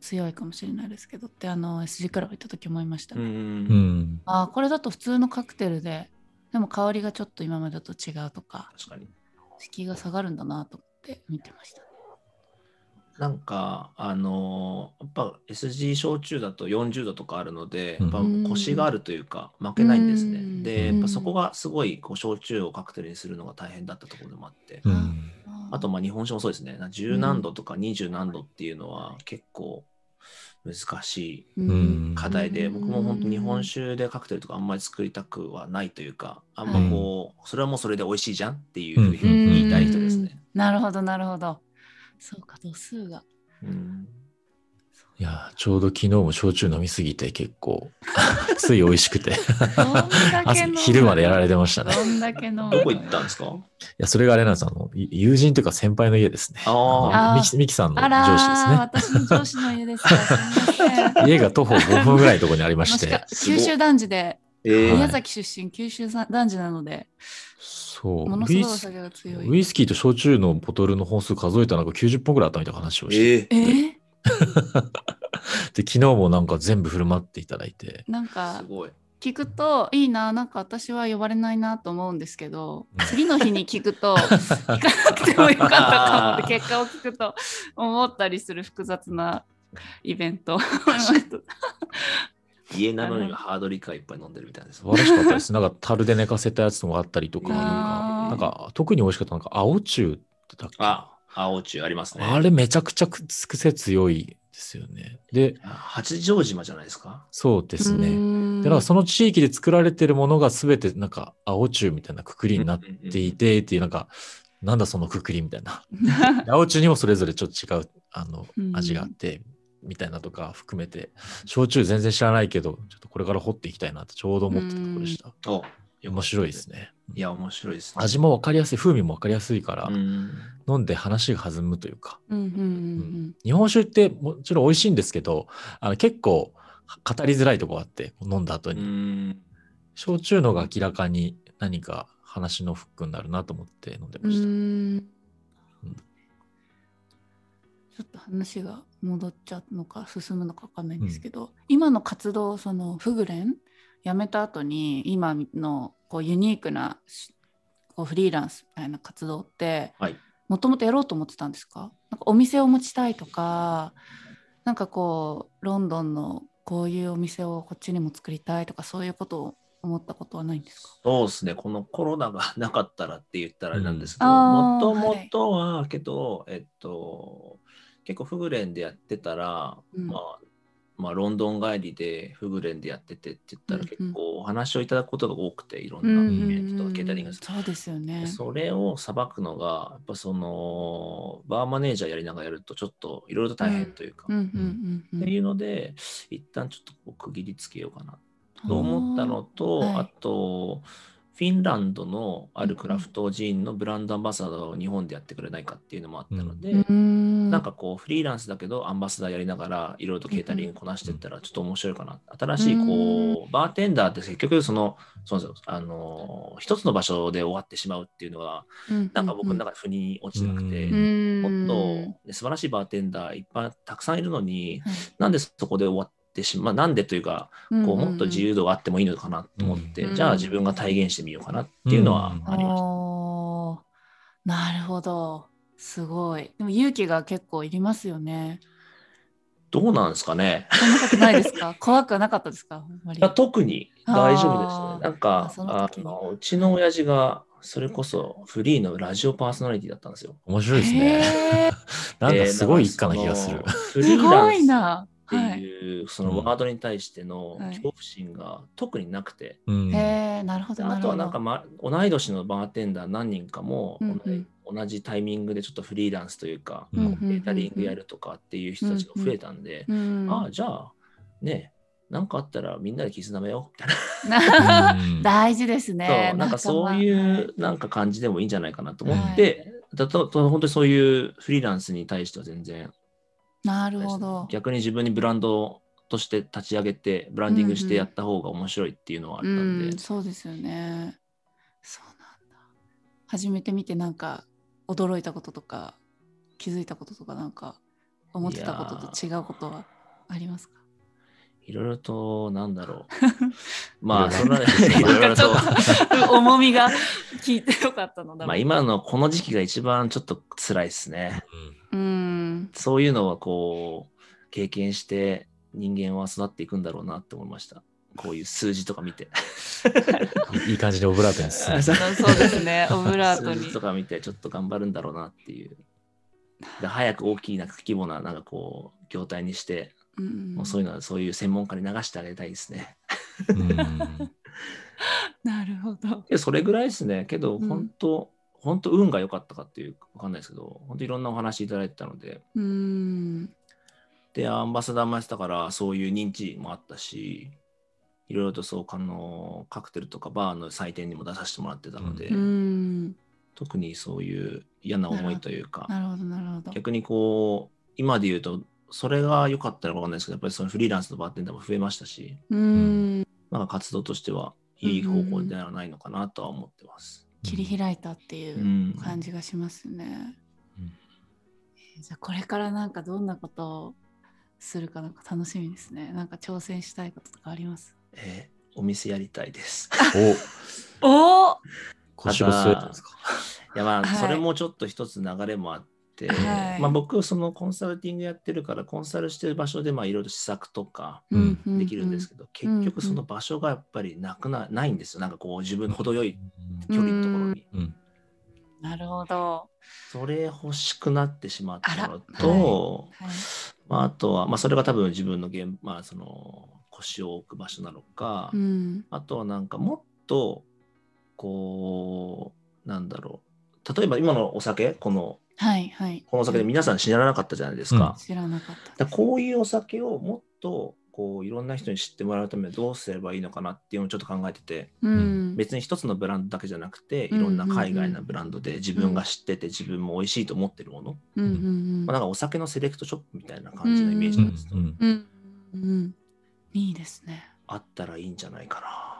Speaker 3: 強いかもしれないですけどってあの SG クラブ行った時思いました
Speaker 2: う
Speaker 3: ね、
Speaker 2: ん
Speaker 1: うん。
Speaker 3: ああこれだと普通のカクテルででも香りがちょっと今までと違うとか
Speaker 2: 確かに。
Speaker 3: 敷居が下がるんだなと思って見てましたね
Speaker 2: なんか、あのーやっぱ SG 焼酎だと40度とかあるので、やっぱ
Speaker 3: うん
Speaker 2: コシがあるというか、負けないんです
Speaker 3: う
Speaker 2: ね。
Speaker 3: ん
Speaker 2: で、やっぱそこがすごいこう焼酎をカクテルにするのが大変だったところでもあって、
Speaker 1: うん。
Speaker 2: あと
Speaker 3: ー
Speaker 2: まあ日本酒もそうですね、な10何度とか20何度っていうのは結構難しい
Speaker 1: うん
Speaker 2: 課題で、
Speaker 3: うん
Speaker 2: 僕も本当日本酒でカクテルとかあんまり作りたくはないというか、あんまこう、それはもうそれで美味しいじゃんっていうふうに言いたい人ですね。
Speaker 3: うんなるほどなるほどそうか度数 が
Speaker 2: うん
Speaker 1: いやー、ちょうど昨日も焼酎飲みすぎて結構、 つい美味しくて、
Speaker 3: どんだけ
Speaker 1: 朝
Speaker 3: 飲むの
Speaker 1: 昼までやられてましたね。い
Speaker 3: どんだけ飲むの
Speaker 2: どこ行ったんですか
Speaker 1: や、それがあれなんです。あの、友人というか先輩の家ですね。
Speaker 2: あー
Speaker 1: の
Speaker 3: あー
Speaker 1: ミキミキさんの
Speaker 3: あらー
Speaker 1: 上司ですね。
Speaker 3: 私の上司の家ですか。すみませ ん。
Speaker 1: 家が徒歩5分ぐらいのところにありま
Speaker 3: も
Speaker 1: し
Speaker 3: して か。九州男児で、
Speaker 2: え
Speaker 1: は
Speaker 2: ー
Speaker 1: い
Speaker 3: 宮崎出身、九州男児なので、
Speaker 1: そう。
Speaker 3: ものすごいお酒が強
Speaker 1: ウ
Speaker 3: い。
Speaker 1: イスキーと焼酎のボトルの本数数えたらなんか90本ぐらいあったみたいな話をして、
Speaker 2: えー
Speaker 3: えー、
Speaker 1: で昨日もなんか全部振る舞っていただいて、
Speaker 3: なんか
Speaker 2: すごい。
Speaker 3: 聞くといいな、なんか私は呼ばれないなと思うんですけど
Speaker 1: うん、
Speaker 3: 次の日に聞 くと、行かなくてもよかったかもって結果を聞くと思ったりする複雑なイベント。
Speaker 2: 家なのにハードリカーいっぱい飲んでるみたいです。
Speaker 1: 素晴らしかったです。なんか樽で寝かせたやつもあったりとか、
Speaker 2: あー
Speaker 1: なんかなんか特に美味しかったのが青中ってだっけ
Speaker 2: あ、青中ありますね。
Speaker 1: あれめちゃくちゃく癖強いですよね。で、
Speaker 2: 八丈島じゃないですか。
Speaker 1: そうです
Speaker 3: う
Speaker 1: ね。
Speaker 3: ん
Speaker 1: で、なんかその地域で作られてるものが全てなんか青中みたいなくくりになっ
Speaker 2: って
Speaker 1: いてっていうなんか、なんだそのくくりみたい な。青中にもそれぞれちょっと違うあの
Speaker 3: うん
Speaker 1: 味があって、みたいなとか含めて、焼酎全然知らないけど、ちょっとこれから掘っていきたいなってちょうど思ってたところでした。
Speaker 2: お
Speaker 1: 面白いで。すね。
Speaker 2: いや、面白いですね。
Speaker 1: 味もわかりやすい、風味もわかりやすいから、
Speaker 2: うん。
Speaker 1: 飲んで話が弾むというか、
Speaker 3: うんうんうん
Speaker 1: 日本酒ってもちろん美味しいんですけど、あの結構語りづらいとこあって、飲んだ後
Speaker 2: う
Speaker 1: に。
Speaker 2: ん
Speaker 1: 焼酎の方が明らかに何か話のフックになるなと思って飲んで
Speaker 3: う
Speaker 1: ま
Speaker 3: ん。
Speaker 1: した。
Speaker 3: うん
Speaker 1: うん
Speaker 3: ちょっと話が戻っちゃうのか進むのかわかんないんですけど、今の活動そのフグレン辞めた後に今のこうユニークなしこうフリーランスみたいな活動って
Speaker 2: はい
Speaker 3: もともとやろうと思ってたんですかなんかお店を持ちたいとかなんかこうロンドンのこういうお店をこっちにも作りたいとかそういうことを思ったことはないんですか
Speaker 2: そうですね、このコロナがなかったらって言ったらあれなんですけど、
Speaker 3: うん
Speaker 2: も
Speaker 3: あ
Speaker 2: と
Speaker 3: ー
Speaker 2: もとは、けど、えっと、結構フグレンでやってたら、
Speaker 3: うん
Speaker 2: まあ、まあ、ロンドン帰りでフグレンでやっててって言ったら
Speaker 3: うんうん
Speaker 2: 結構お話をいただくことが多くて、いろ
Speaker 3: うんうんん
Speaker 2: なイベント
Speaker 3: う
Speaker 2: と
Speaker 3: ん
Speaker 2: かケータリングとか
Speaker 3: そうですよね。
Speaker 2: それをさばくのが、やっぱその、バーマネージャーやりながらやると、ちょっといろいろと大変というか、
Speaker 3: うんうんうんう
Speaker 2: っ
Speaker 3: ん
Speaker 2: ていうので、一旦ちょっとこう区切りつけようかな
Speaker 3: あー
Speaker 2: と思ったのと、
Speaker 3: はい
Speaker 2: あと、フィンランドのあるクラフトジーンのブランドアンバサダーを日本でやってくれないかっていうのもあったので、
Speaker 3: うーん
Speaker 2: なんかこうフリーランスだけどアンバサダーやりながらいろいろとケータリングこなしていったらちょっと面白いかな。新しいこうバーテンダーって結局そのそうなんですよあのー一つの場所で終わってしまうっていうのはなんか僕の中
Speaker 3: か、
Speaker 2: で腑に落ちてなくて
Speaker 1: う
Speaker 2: もっ
Speaker 3: うん
Speaker 2: と素晴らしいバーテンダーいっぱいたくさんいるのに
Speaker 3: はい
Speaker 2: なんでそこで終わってしまうなんでというかこうもっと自由度があってもいいのかなと思って、
Speaker 3: うん
Speaker 2: じゃあ自分が体現してみようかなっていうのは
Speaker 1: うん
Speaker 2: ありました。
Speaker 3: おーなるほどすごいでも勇気が結構いりますよね
Speaker 2: どうなんですかね
Speaker 3: そんなことないです か怖くはなかったですかあんまり
Speaker 2: いや特に大丈夫です
Speaker 3: あー
Speaker 2: ね。なんか
Speaker 3: あその
Speaker 2: あ
Speaker 3: 時に
Speaker 2: のうちの親父がそれこそフリーのラジオパーソナリティだったんですよ。
Speaker 1: 面白いですね。
Speaker 3: へー
Speaker 1: なん
Speaker 2: で
Speaker 1: かすごい一家な気がする
Speaker 2: だ。からそのフリ
Speaker 3: す
Speaker 2: ーラ
Speaker 3: ごい
Speaker 2: ン
Speaker 3: な
Speaker 2: スっ
Speaker 3: は
Speaker 2: て
Speaker 3: い
Speaker 2: いうそのワードに対しての
Speaker 3: はい
Speaker 2: 恐怖心が特になくて、
Speaker 1: うん
Speaker 3: へえなるほ
Speaker 2: で
Speaker 3: どな
Speaker 2: あ
Speaker 3: る
Speaker 2: とは
Speaker 3: ほど
Speaker 2: なんか、ま、同い年のバーテンダー何人かも、
Speaker 3: うんうん
Speaker 2: 同じタイミングでちょっとフリーランスというか、
Speaker 1: うん
Speaker 2: ケータリングやるとかっていう人たちが増えたんで、
Speaker 3: うん
Speaker 2: ああじゃあねなんかあったらみんなで絆めようみたいな
Speaker 1: うん
Speaker 3: 大事ですね
Speaker 2: そう なんかそういうなんか感じでもいいんじゃないかなと思って、だとと本当にそういうフリーランスに対しては全然
Speaker 3: なるほど
Speaker 2: 逆に自分にブランドとして立ち上げてブランディングしてやった方が面白いっていうのはあっ
Speaker 3: う
Speaker 2: たんで、
Speaker 3: んそうですよねそうなんだ初めて見てなんか驚いたこととか気づいたこととかなんか思ってたことと違うことはありますか
Speaker 2: いろいろとなんだろ うまあ
Speaker 1: いろ
Speaker 2: そ
Speaker 1: いろ
Speaker 2: んな いろいろと
Speaker 3: 重みが効いてよかったの
Speaker 2: ま
Speaker 3: だろ
Speaker 2: あ
Speaker 3: う、
Speaker 2: 今のこの時期が一番ちょっと辛いですね。
Speaker 3: うん
Speaker 2: そういうのはこう経験して人間は育っていくんだろうなって思いました。こういう数字とか見 て。
Speaker 1: いい感じでオブラートに包んで
Speaker 2: そ
Speaker 3: そうですねオブラート
Speaker 2: 数
Speaker 3: に
Speaker 2: 字とか見てちょっと頑張るんだろうなっていう。で早く大きな規模ななんかこう業態にして、
Speaker 3: うん
Speaker 2: もうそういうのはそういう専門家に流してあげたいですね。
Speaker 1: うん
Speaker 3: なるほど
Speaker 2: でそれぐらいですね。けど
Speaker 3: うん
Speaker 2: 本当、本当運が良かったかっていうかわかんないですけど、本当いろんなお話いただいてたので、
Speaker 3: うん
Speaker 2: で、アンバサダーもやってたから、そういう認知もあったし、いろいろとそう、あの、カクテルとかバーの祭典にも出させてもらってたので、
Speaker 3: うん
Speaker 2: 特にそういう嫌な思いというか、
Speaker 3: なるほどなるほど
Speaker 2: 逆にこう、今で言うと、それが良かったのかわかんないですけど、やっぱりそのフリーランスのバーテンダーも増えましたし、
Speaker 3: うん
Speaker 2: なんか活動としてはいい方向ではないのかなとは思ってます。
Speaker 3: 切り開いたっていうう、
Speaker 2: ん。
Speaker 3: 感じがしますね。
Speaker 1: うん
Speaker 3: えーじゃあこれからなんかどんなことをするかなんか楽しみですね。なんか挑戦したいこととかあります
Speaker 2: えーお店やりたいです。
Speaker 1: お
Speaker 3: おは
Speaker 1: 腰を据えたんですか。
Speaker 2: いやまあ、
Speaker 3: はい
Speaker 2: それもちょっと一つ流れもあって、
Speaker 3: はい
Speaker 2: まあ、僕そのコンサルティングやってるからコンサルしてる場所でまあいろいろ施策とかできるんですけど、結局その場所がやっぱりなくなないんですよなんかこう自分の程よい距離のところに、
Speaker 1: うん
Speaker 3: なるほど。
Speaker 2: それ欲しくなってしまったの
Speaker 3: あら
Speaker 2: と
Speaker 3: はい
Speaker 2: まあ、あとは、まあ、それが多分自分の現、まあ、その腰を置く場所なのか、
Speaker 3: うん
Speaker 2: あとはなんかもっとこうなんだろう例えば今のお酒この
Speaker 3: はいはい。
Speaker 2: このお酒で皆さん知らなかったじゃないですか。
Speaker 1: うん
Speaker 3: 知らなかった
Speaker 2: だ
Speaker 3: です。
Speaker 2: こういうお酒をもっとこういろんな人に知ってもらうためにはどうすればいいのかなっていうのをちょっと考えてて
Speaker 3: うん
Speaker 2: 別に一つのブランドだけじゃなくてい
Speaker 3: うん
Speaker 2: ろんな海外のブランドで自分が知ってて自分も美味しいと思ってるもの、
Speaker 3: うんうんうん
Speaker 2: まあ、なんかお酒のセレクトショップみたいな感じのイメージ
Speaker 1: う
Speaker 2: なん
Speaker 1: ん
Speaker 2: ですけ
Speaker 1: う
Speaker 2: ど
Speaker 1: ん
Speaker 3: うんうんいいですね。
Speaker 2: あったらいいんじゃないかな。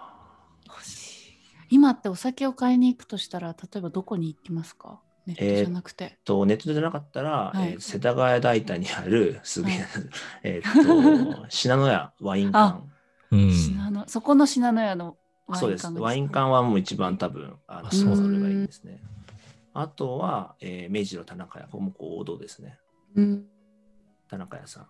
Speaker 3: 欲しい今ってお酒を買いに行くとしたら例えばどこに行きますかネットじゃなくて。
Speaker 2: とネットじゃなかったら、
Speaker 3: はい
Speaker 2: えー世田谷代田にあるすげえ、
Speaker 3: はい
Speaker 2: えーっと信濃屋ワイン館
Speaker 1: うん
Speaker 3: 信濃そこの信濃屋のワイン
Speaker 2: そうです。
Speaker 3: 館が
Speaker 2: ワイン
Speaker 3: か
Speaker 2: 館はもう一番多分、あの
Speaker 1: あそうなんだ
Speaker 2: それがいいですね。あとは、えー明治の田中屋、ここもこう王道ですね。
Speaker 3: うん
Speaker 2: 田中屋さん。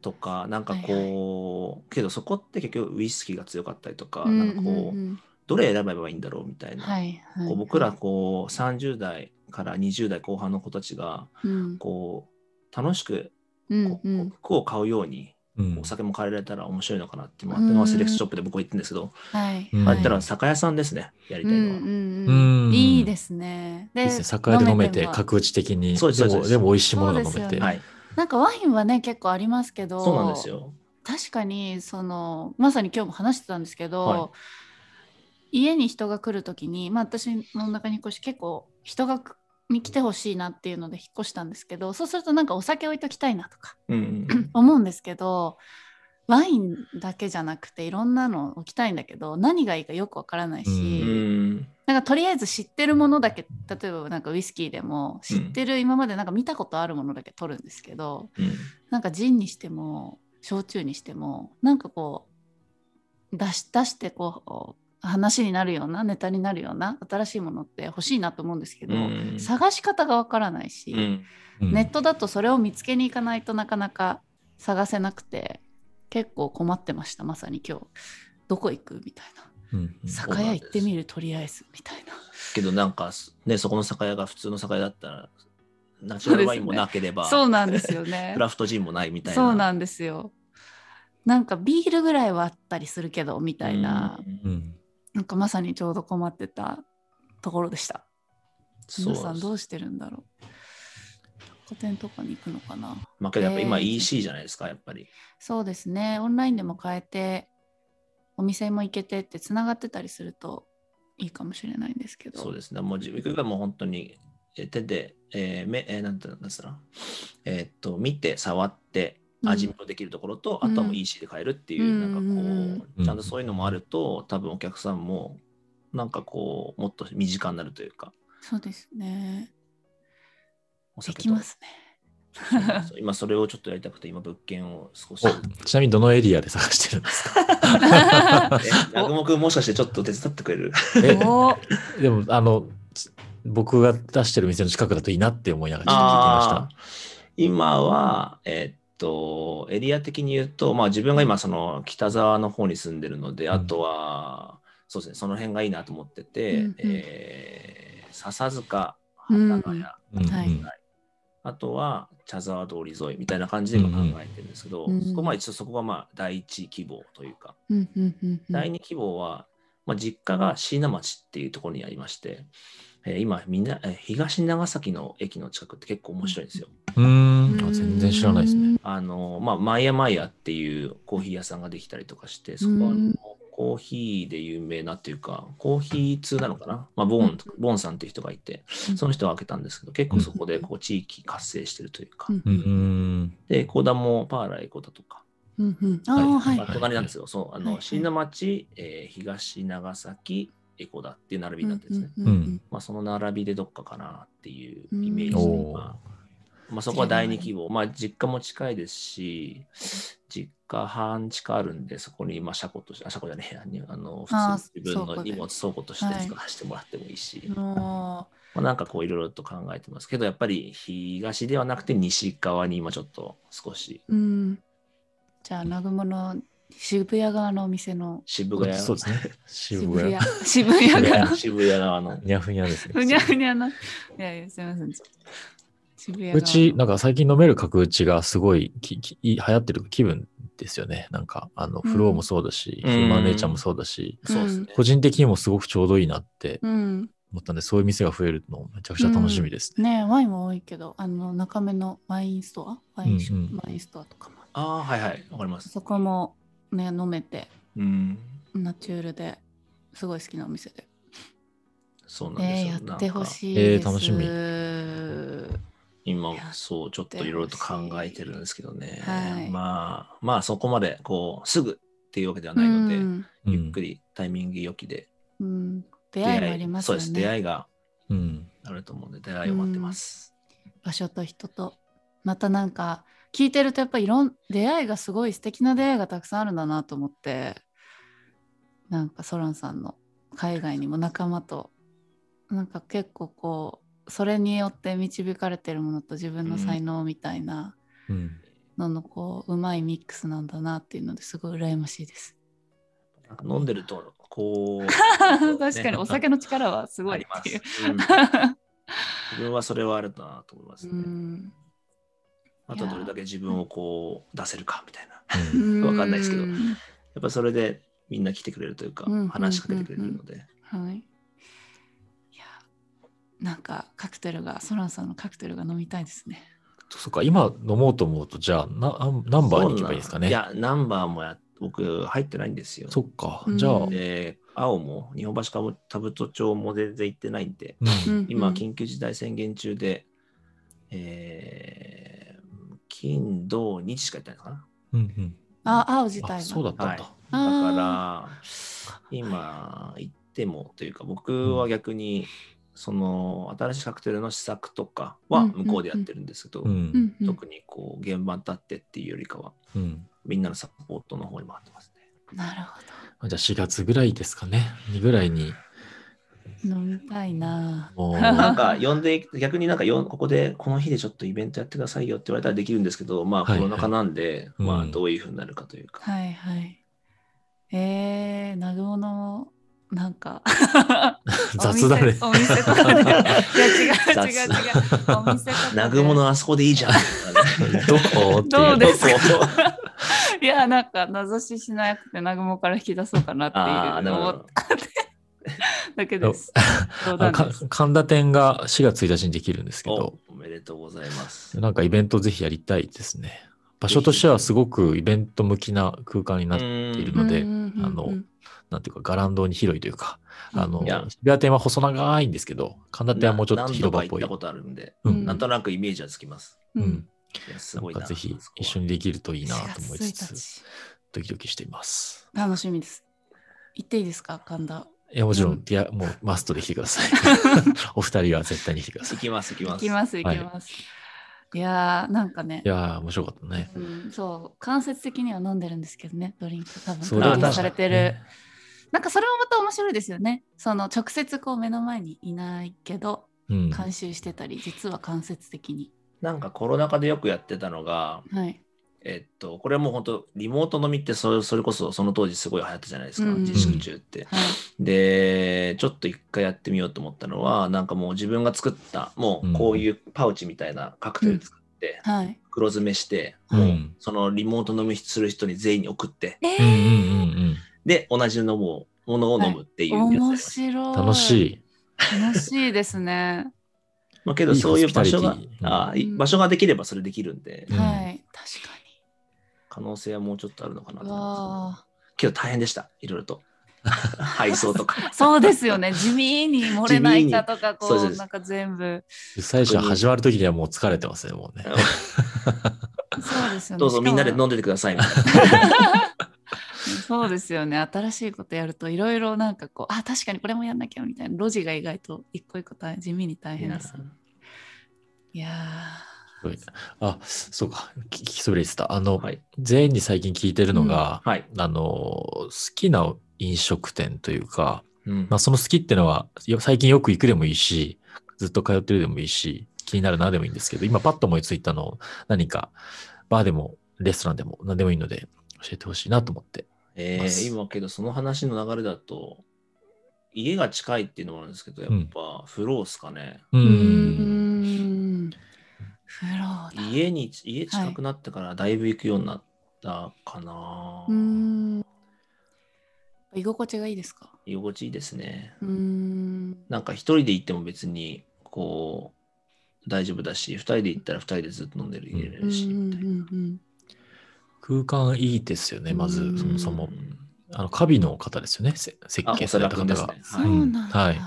Speaker 2: とか、なんかこう、けどそこって結局ウイスキーが強かったりとか、なんかこう、
Speaker 3: んん
Speaker 2: どれ選べばいいんだろうみたい
Speaker 3: うん
Speaker 2: な。
Speaker 3: はいはい
Speaker 2: こう僕らこう30代から20代後半の子たちが、
Speaker 3: うん
Speaker 2: こう、楽しく
Speaker 3: う
Speaker 2: こ
Speaker 3: ん
Speaker 2: う
Speaker 3: う
Speaker 2: こうん服を買うように、
Speaker 1: うん
Speaker 2: お酒も買えられたら面白いのかなっていうのがあって、まあセレクトショップで僕は行ってるんですけど、
Speaker 3: はい
Speaker 1: うん
Speaker 2: あ
Speaker 3: はい
Speaker 2: ったら酒屋さんですね、やり
Speaker 3: う
Speaker 2: たい
Speaker 3: ん
Speaker 2: のは。
Speaker 3: うんうん
Speaker 1: うん
Speaker 3: いいですね
Speaker 1: いい
Speaker 3: で
Speaker 1: ですね。酒屋で飲めて
Speaker 3: ば
Speaker 1: 格打ち的に。
Speaker 2: そうです
Speaker 1: で
Speaker 2: そう
Speaker 1: も
Speaker 2: です
Speaker 1: でも美味しいものが飲
Speaker 3: そう
Speaker 1: め
Speaker 3: です
Speaker 1: て。
Speaker 3: よね
Speaker 2: はい、
Speaker 3: なんかワインはね結構ありますけど
Speaker 2: そうなんですよ。
Speaker 3: 確かにそのまさに今日も話してたんですけど、
Speaker 2: は
Speaker 3: 家に人が来る時に、まあ、私の中に引っ越し結構人がくに来てほしいなっていうので引っ越したんですけどそうするとなんかお酒置いときたいなとか
Speaker 2: うん
Speaker 3: 思うんですけどワインだけじゃなくていろんなの置きたいんだけど何がいいかよくわからないし、
Speaker 2: うんうん
Speaker 3: なんかとりあえず知ってるものだけ例えばなんかウイスキーでも知ってる今までなんか見たことあるものだけ取るんですけど、
Speaker 2: うん
Speaker 3: なんかジンにしても焼酎にしてもなんかこう出し出してこう話になるようなネタになるような新しいものって欲しいなと思うんですけど、
Speaker 2: うん
Speaker 3: 探し方がわからないし、
Speaker 2: うん
Speaker 1: うん
Speaker 3: ネットだとそれを見つけに行かないとなかなか探せなくて結構困ってましたまさに今日どこ行くみたいな
Speaker 1: うん
Speaker 2: そう
Speaker 3: 酒屋行ってみるとりあえずみたいな
Speaker 2: けどなんかねそこの酒屋が普通の酒屋だったらナチュラルワインもなければ、
Speaker 3: そうなんですよね
Speaker 2: クラフトジンもないみたいな
Speaker 3: そうなんですよなんかビールぐらいはあったりするけどみたいな、
Speaker 2: うん
Speaker 1: うん
Speaker 3: なんかまさにちょうど困ってたところでした。
Speaker 2: そう
Speaker 3: 皆さんどうしてるんだろう。古典とかに行くのかな。
Speaker 2: まあけどやっぱ今
Speaker 3: えー
Speaker 2: EC じゃないですかやっぱり
Speaker 3: そうですね。オンラインでも変えて、お店も行けてってつながってたりするといいかもしれないんですけど。
Speaker 2: そうですねもう自分がもう本当にえ手で、えー目えーなんて言うんですかえーっと見て触って
Speaker 3: うん
Speaker 2: 味見もできるところと、
Speaker 3: うん
Speaker 2: あとはもう EC で買えるっていう、
Speaker 3: うん
Speaker 2: なんかこうちゃんとそういうのもあると多分お客さんもなんかこうもっと身近になるというか
Speaker 3: そうですね。
Speaker 2: お
Speaker 3: で
Speaker 2: 酒と
Speaker 3: きますね。
Speaker 2: そうなんですよ今それをちょっとやりたくて今物件を少し
Speaker 1: おちなみにどのエリアで探してるんですか
Speaker 2: え南雲君もしかしてちょっと手伝ってくれる
Speaker 1: え
Speaker 3: おー
Speaker 1: でもあのつ僕が出してる店の近くだといいなって思いながらちょっと聞
Speaker 2: あー今は、えっと、エリア的に言うと、まあ自分が今その北沢の方に住んでるので、
Speaker 1: うん
Speaker 2: あとは、そうですね、その辺がいいなと思ってて、
Speaker 3: うんうん
Speaker 2: えー笹塚、
Speaker 3: うん
Speaker 2: 幡ヶ谷、
Speaker 1: きました。
Speaker 3: はい
Speaker 1: うんうん
Speaker 2: あとは茶沢通り沿いみたいな感じで今考えてるんですけど、
Speaker 3: うんうん
Speaker 2: そこまあ一応そこがまあ第一希望というか、
Speaker 3: うんうんうんうん
Speaker 2: 第二希望は、まあ、実家が椎名町っていうところにありまして、えー今みんな、えー東長崎の駅の近くって結構面白いんですよ。
Speaker 1: うーんあ全然知らないですね。。
Speaker 2: あのまあ、マイヤマイヤっていうコーヒー屋さんができたりとかして、そこはあの
Speaker 3: うん
Speaker 2: コーヒーで有名なっていうか、コーヒー通なのかな、まあ、ボーンボーンさんっていう人がいて、その人が開けたんですけど、結構そこでこう地域活性してるというか、
Speaker 3: うん
Speaker 1: うーん
Speaker 2: で、コーダもパーライコダとか、
Speaker 3: うんうん、ああ、はい
Speaker 2: まあ。隣なんですよ、そうあ
Speaker 3: はい
Speaker 2: の
Speaker 3: はい
Speaker 2: 椎名町、えー東長崎、エコダっていう並びになってるんですね。
Speaker 3: うんうんうん
Speaker 2: まあ、その並びでどっかかなっていう
Speaker 3: うん
Speaker 2: イメージで
Speaker 1: おー
Speaker 2: まあまあ、そこは第二希望、まあ、実家も近いですし、実家半地下あるんで、そこにまあ車庫として、あ車庫じゃねえやにあの
Speaker 3: あー
Speaker 2: 普通に自分
Speaker 3: 倉
Speaker 2: の
Speaker 3: 庫で
Speaker 2: 荷物倉庫として
Speaker 3: はい
Speaker 2: 使わせてもらってもいいし、
Speaker 3: うんもう
Speaker 2: まあ、なんかこういろいろと考えてますけど、やっぱり東ではなくて西側に今ちょっと少し
Speaker 3: うん。じゃあ、南雲の渋谷側のお店の
Speaker 2: 渋谷
Speaker 1: そうですね。渋
Speaker 3: 渋
Speaker 1: 谷。
Speaker 3: 谷。渋谷
Speaker 2: 渋
Speaker 3: 側
Speaker 2: 谷
Speaker 3: の。
Speaker 2: 渋谷側の。
Speaker 1: にゃふにゃですね。
Speaker 3: ふにゃふにゃな。いやいや、すみません。渋谷側の
Speaker 1: うち、なんか最近飲める角打ちがすごいきき流行ってる気分ですよね。なんか、あの、
Speaker 3: うん
Speaker 1: フローもそうだし、
Speaker 2: うん
Speaker 1: ヒューマンネイチャーもそうだし、
Speaker 2: そうですね。
Speaker 1: 個人的にもすごくちょうどいいなって
Speaker 3: うん。
Speaker 1: 思ったんで、そういう店が増えるのめちゃくちゃ楽しみですね。
Speaker 3: ねえワインも多いけど、あの、中目のワインストアワインショップ、
Speaker 1: うんうん
Speaker 3: ワインストアとかも。
Speaker 2: ああ、はいはい、わかります。
Speaker 3: そこもね、飲めて、
Speaker 2: うん、
Speaker 3: ナチュールで、すごい好きなお店で。
Speaker 2: そうなんです
Speaker 3: ねえ
Speaker 2: よ。
Speaker 3: やってほしい
Speaker 1: えー
Speaker 3: です。
Speaker 1: 楽しみ
Speaker 2: 今
Speaker 3: や
Speaker 2: そうちょっといろいろと考えてるんですけどね、
Speaker 3: はい
Speaker 2: まあまあそこまでこうすぐっていうわけでは
Speaker 3: う
Speaker 2: ないので、
Speaker 3: ん
Speaker 1: うん
Speaker 2: ゆっくりタイミング良きで
Speaker 3: うん。出会いもあります
Speaker 2: そう
Speaker 3: よ
Speaker 2: で
Speaker 3: ね。
Speaker 2: す出会いが
Speaker 1: うん。
Speaker 2: あると思うんで出会いを待ってます、
Speaker 3: 場所と人とまたなんか聞いてるとやっぱいろん出会いがすごい素敵な出会いがたくさんあるんだなと思ってなんかソランさんの海外にも仲間となんか結構こうそれによって導かれてるものと自分の才能みたいな
Speaker 1: うん。
Speaker 3: ののこううまいミックスなんだなっていうのですごい羨ましいです。
Speaker 2: なんか飲んでるとこう
Speaker 3: 確かにお酒
Speaker 2: の
Speaker 3: の力はすご
Speaker 2: あ
Speaker 3: い
Speaker 2: り
Speaker 3: っ
Speaker 2: ま
Speaker 3: て
Speaker 2: す、
Speaker 3: いう。
Speaker 2: うん 自分はそれはあるなと思います
Speaker 3: う
Speaker 2: ね、
Speaker 3: ん
Speaker 2: あとどれだけ自分をこう出せるかみたいな
Speaker 1: うん
Speaker 2: わかんないですけど
Speaker 3: うん
Speaker 2: やっぱそれでみんな来てくれるというか、
Speaker 3: うんうんうんうん
Speaker 2: 話しかけてくれるので
Speaker 3: はい。いや、なんかカクテルが、ソランさんのカクテルが飲みたいですね。
Speaker 1: そっか、今飲もうと思うと、じゃあ、なナンバーに行けばいいですかね。
Speaker 2: いやナンバーもや僕入ってないんですよ。
Speaker 1: そっか
Speaker 3: う。ん
Speaker 1: じゃあ、
Speaker 3: うん
Speaker 2: で、青も日本橋かぶ田太町も全然行ってないんで、
Speaker 1: うん
Speaker 3: うん
Speaker 2: 今、緊急事態宣言中で、えー金、土、日しか行ってないのかな。
Speaker 1: うんうん
Speaker 3: あ、青自体が
Speaker 1: あ、そうだったんだ。
Speaker 2: だ
Speaker 3: あ
Speaker 2: から、今行ってもというか、僕は逆に、その新しいカクテルの試作とかは向こうでやってるんですけど、
Speaker 1: うん。
Speaker 3: うんうん
Speaker 2: 特にこう現場に立ってっていうよりかは、
Speaker 1: うん。
Speaker 2: みんなのサポートの方に回ってますね。
Speaker 3: なるほ
Speaker 1: じゃあ4月ぐらいですかね。にぐらいに。
Speaker 3: ど。飲みたいな。
Speaker 1: もう、
Speaker 2: な んか呼んで、逆になんかよんここでこの日でちょっとイベントやってくださいよって言われたらできるんですけど、まあ
Speaker 1: は
Speaker 2: コ
Speaker 1: い
Speaker 2: ロナ禍なんで、
Speaker 1: うん
Speaker 2: まあどういうふうになるかとい うか。
Speaker 3: はいはい。えー、なるほど。なんか
Speaker 1: 雑だね。
Speaker 3: お店お店とかでいや違う違う違うお店とかで
Speaker 2: なぐものあそこでいいじゃ ん。
Speaker 1: どこっていう
Speaker 3: どうですか
Speaker 2: どこ
Speaker 3: いやなんか謎ししなくて南雲から引き出そうかなって
Speaker 2: ああ、
Speaker 3: いう
Speaker 2: なる
Speaker 3: 思
Speaker 2: ほ
Speaker 3: っ
Speaker 2: ど。
Speaker 3: ただけです冗
Speaker 1: あ
Speaker 3: 談
Speaker 1: か
Speaker 3: です
Speaker 1: 神田店が4月1日にできるんですけど
Speaker 2: お、おめでとうございます。
Speaker 1: なんかイベントぜひやりたいですね。場所としてはすごくイベント向きな空間になって、
Speaker 2: い
Speaker 1: るので
Speaker 3: うんうんうんうん
Speaker 1: あのなんていうか、ガランドに広いというか、あの
Speaker 3: うん
Speaker 2: い、や
Speaker 1: 渋谷店は細長いんですけど、神田店はもうちょっと広場っぽい
Speaker 2: 行った。ことあるんで、
Speaker 1: う
Speaker 3: うん
Speaker 1: ん
Speaker 2: なんとなくイメージはつきます。
Speaker 1: う
Speaker 3: うんん、
Speaker 2: いや、す
Speaker 1: な
Speaker 2: ご
Speaker 1: ん
Speaker 2: いな。
Speaker 1: かぜひ
Speaker 2: そこは
Speaker 1: 一緒にできるといいな
Speaker 3: 4
Speaker 1: と
Speaker 3: 月
Speaker 1: 思いつつ、
Speaker 3: 1日
Speaker 1: ドキドキしています。
Speaker 3: 楽しみです行っていいですか神田
Speaker 1: いや、もちろ
Speaker 3: うん
Speaker 1: ん、いや、もうマストで来てください。お二人は絶対に来てくださ
Speaker 2: 行
Speaker 1: い。
Speaker 2: きます、行き
Speaker 3: 行
Speaker 2: ます。
Speaker 3: きます行きます、い、やーなんかね
Speaker 1: いやー、面白かったね。
Speaker 3: うん、そう間接的には飲んでるんですけどねドリンク多分
Speaker 1: それ
Speaker 2: は
Speaker 3: 提
Speaker 2: 確か
Speaker 3: 供
Speaker 2: に
Speaker 3: されてる。なんかそれもまた面白いですよねその直接こう目の前にいないけど
Speaker 1: うん。
Speaker 3: 監修してたり実は間接的に
Speaker 2: なんかコロナ禍でよくやってたのが、
Speaker 3: はい
Speaker 2: えっと、これはもう本当、リモート飲みってそれ、それこそその当時すごい流行ったじゃないですか、
Speaker 3: うん
Speaker 2: 自粛中って。
Speaker 3: はい
Speaker 2: で、ちょっと一回やってみようと思ったのは、なんかもう自分が作った、もうこういうパウチみたいなカクテル作って、
Speaker 3: はい
Speaker 2: 黒詰めして、
Speaker 1: うん
Speaker 2: もうそのリモート飲みする人に全員に送って、
Speaker 3: え
Speaker 1: うんうん
Speaker 3: ー
Speaker 1: うん
Speaker 2: で、同じのもうものを飲むっていうやつやりま
Speaker 3: 面
Speaker 2: した
Speaker 3: 白
Speaker 1: うん。
Speaker 3: い
Speaker 1: 楽しい。
Speaker 3: 楽しいですね
Speaker 2: まあ、けど
Speaker 1: いい
Speaker 2: そういう場所
Speaker 1: ホ
Speaker 2: が
Speaker 1: スピタリティ、
Speaker 2: あーい
Speaker 3: うん
Speaker 2: 場所ができればそれできるんで
Speaker 1: うん、
Speaker 3: はい確か
Speaker 2: 可能性はもうちょっとあるのかなと
Speaker 3: にう
Speaker 2: 思います
Speaker 3: わ
Speaker 2: けど大変でした、いろい ろと。配送とか
Speaker 3: ー。そうですよね地味に漏れないかとかこ
Speaker 2: そう
Speaker 3: う
Speaker 2: です
Speaker 3: なんか全部
Speaker 1: 主催者始まる時にはもう疲れてますね、もうね。
Speaker 3: そうですよね
Speaker 2: どうぞみんなで
Speaker 3: しかも
Speaker 2: 飲んでてくださいみたいな。
Speaker 3: そうですよね新しいことやるといろいろなんかこうあ確かにこれもやんなきゃみたいな路地が意外と一個一個大地味に大変ですねいや
Speaker 1: すごいあ、そうか。聞き聞きそびれてた。あの、
Speaker 2: はい。
Speaker 1: 全員に最近聞いてるのが、
Speaker 2: はい。
Speaker 1: あの、好きな飲食店というか、
Speaker 2: うん
Speaker 1: まあ、その好きってのは、よ最近よく行くでもいいし、ずっと通ってるでもいいし、気になるなでもいいんですけど、今パッと思いついたのを何か、バーでも、レストランでも、何でもいいので、教えてほしいなと思って。
Speaker 2: え
Speaker 1: ま
Speaker 2: ー
Speaker 1: す
Speaker 2: 今けどその話の流れだと、家が近いっていうのもあるんですけど、やっぱフロースかね。
Speaker 1: う
Speaker 3: ーうー
Speaker 1: ん。
Speaker 3: んフローだ
Speaker 2: 家に、家近くなってからだいぶ行くようになったかな。
Speaker 3: うーん居心地がいいですか
Speaker 2: 居心地いいですね。
Speaker 3: うーん
Speaker 2: なんか一人で行っても別に、こう、大丈夫だし、二人で行ったら二人でずっと飲んでる入れ
Speaker 3: う
Speaker 2: るし、み
Speaker 3: ん
Speaker 2: たいな
Speaker 3: うんうん
Speaker 1: 空間いいですよね、まず
Speaker 3: う、ん
Speaker 1: そもそも
Speaker 2: う。ん
Speaker 1: あの、カビの方ですよね、せ設
Speaker 2: あ、
Speaker 1: 計
Speaker 2: お
Speaker 1: さ
Speaker 2: そ
Speaker 1: れ
Speaker 2: ら
Speaker 1: た
Speaker 2: く
Speaker 1: 方
Speaker 2: です
Speaker 1: が
Speaker 2: ね。。
Speaker 3: そう
Speaker 2: はい
Speaker 3: なんだ、
Speaker 1: はい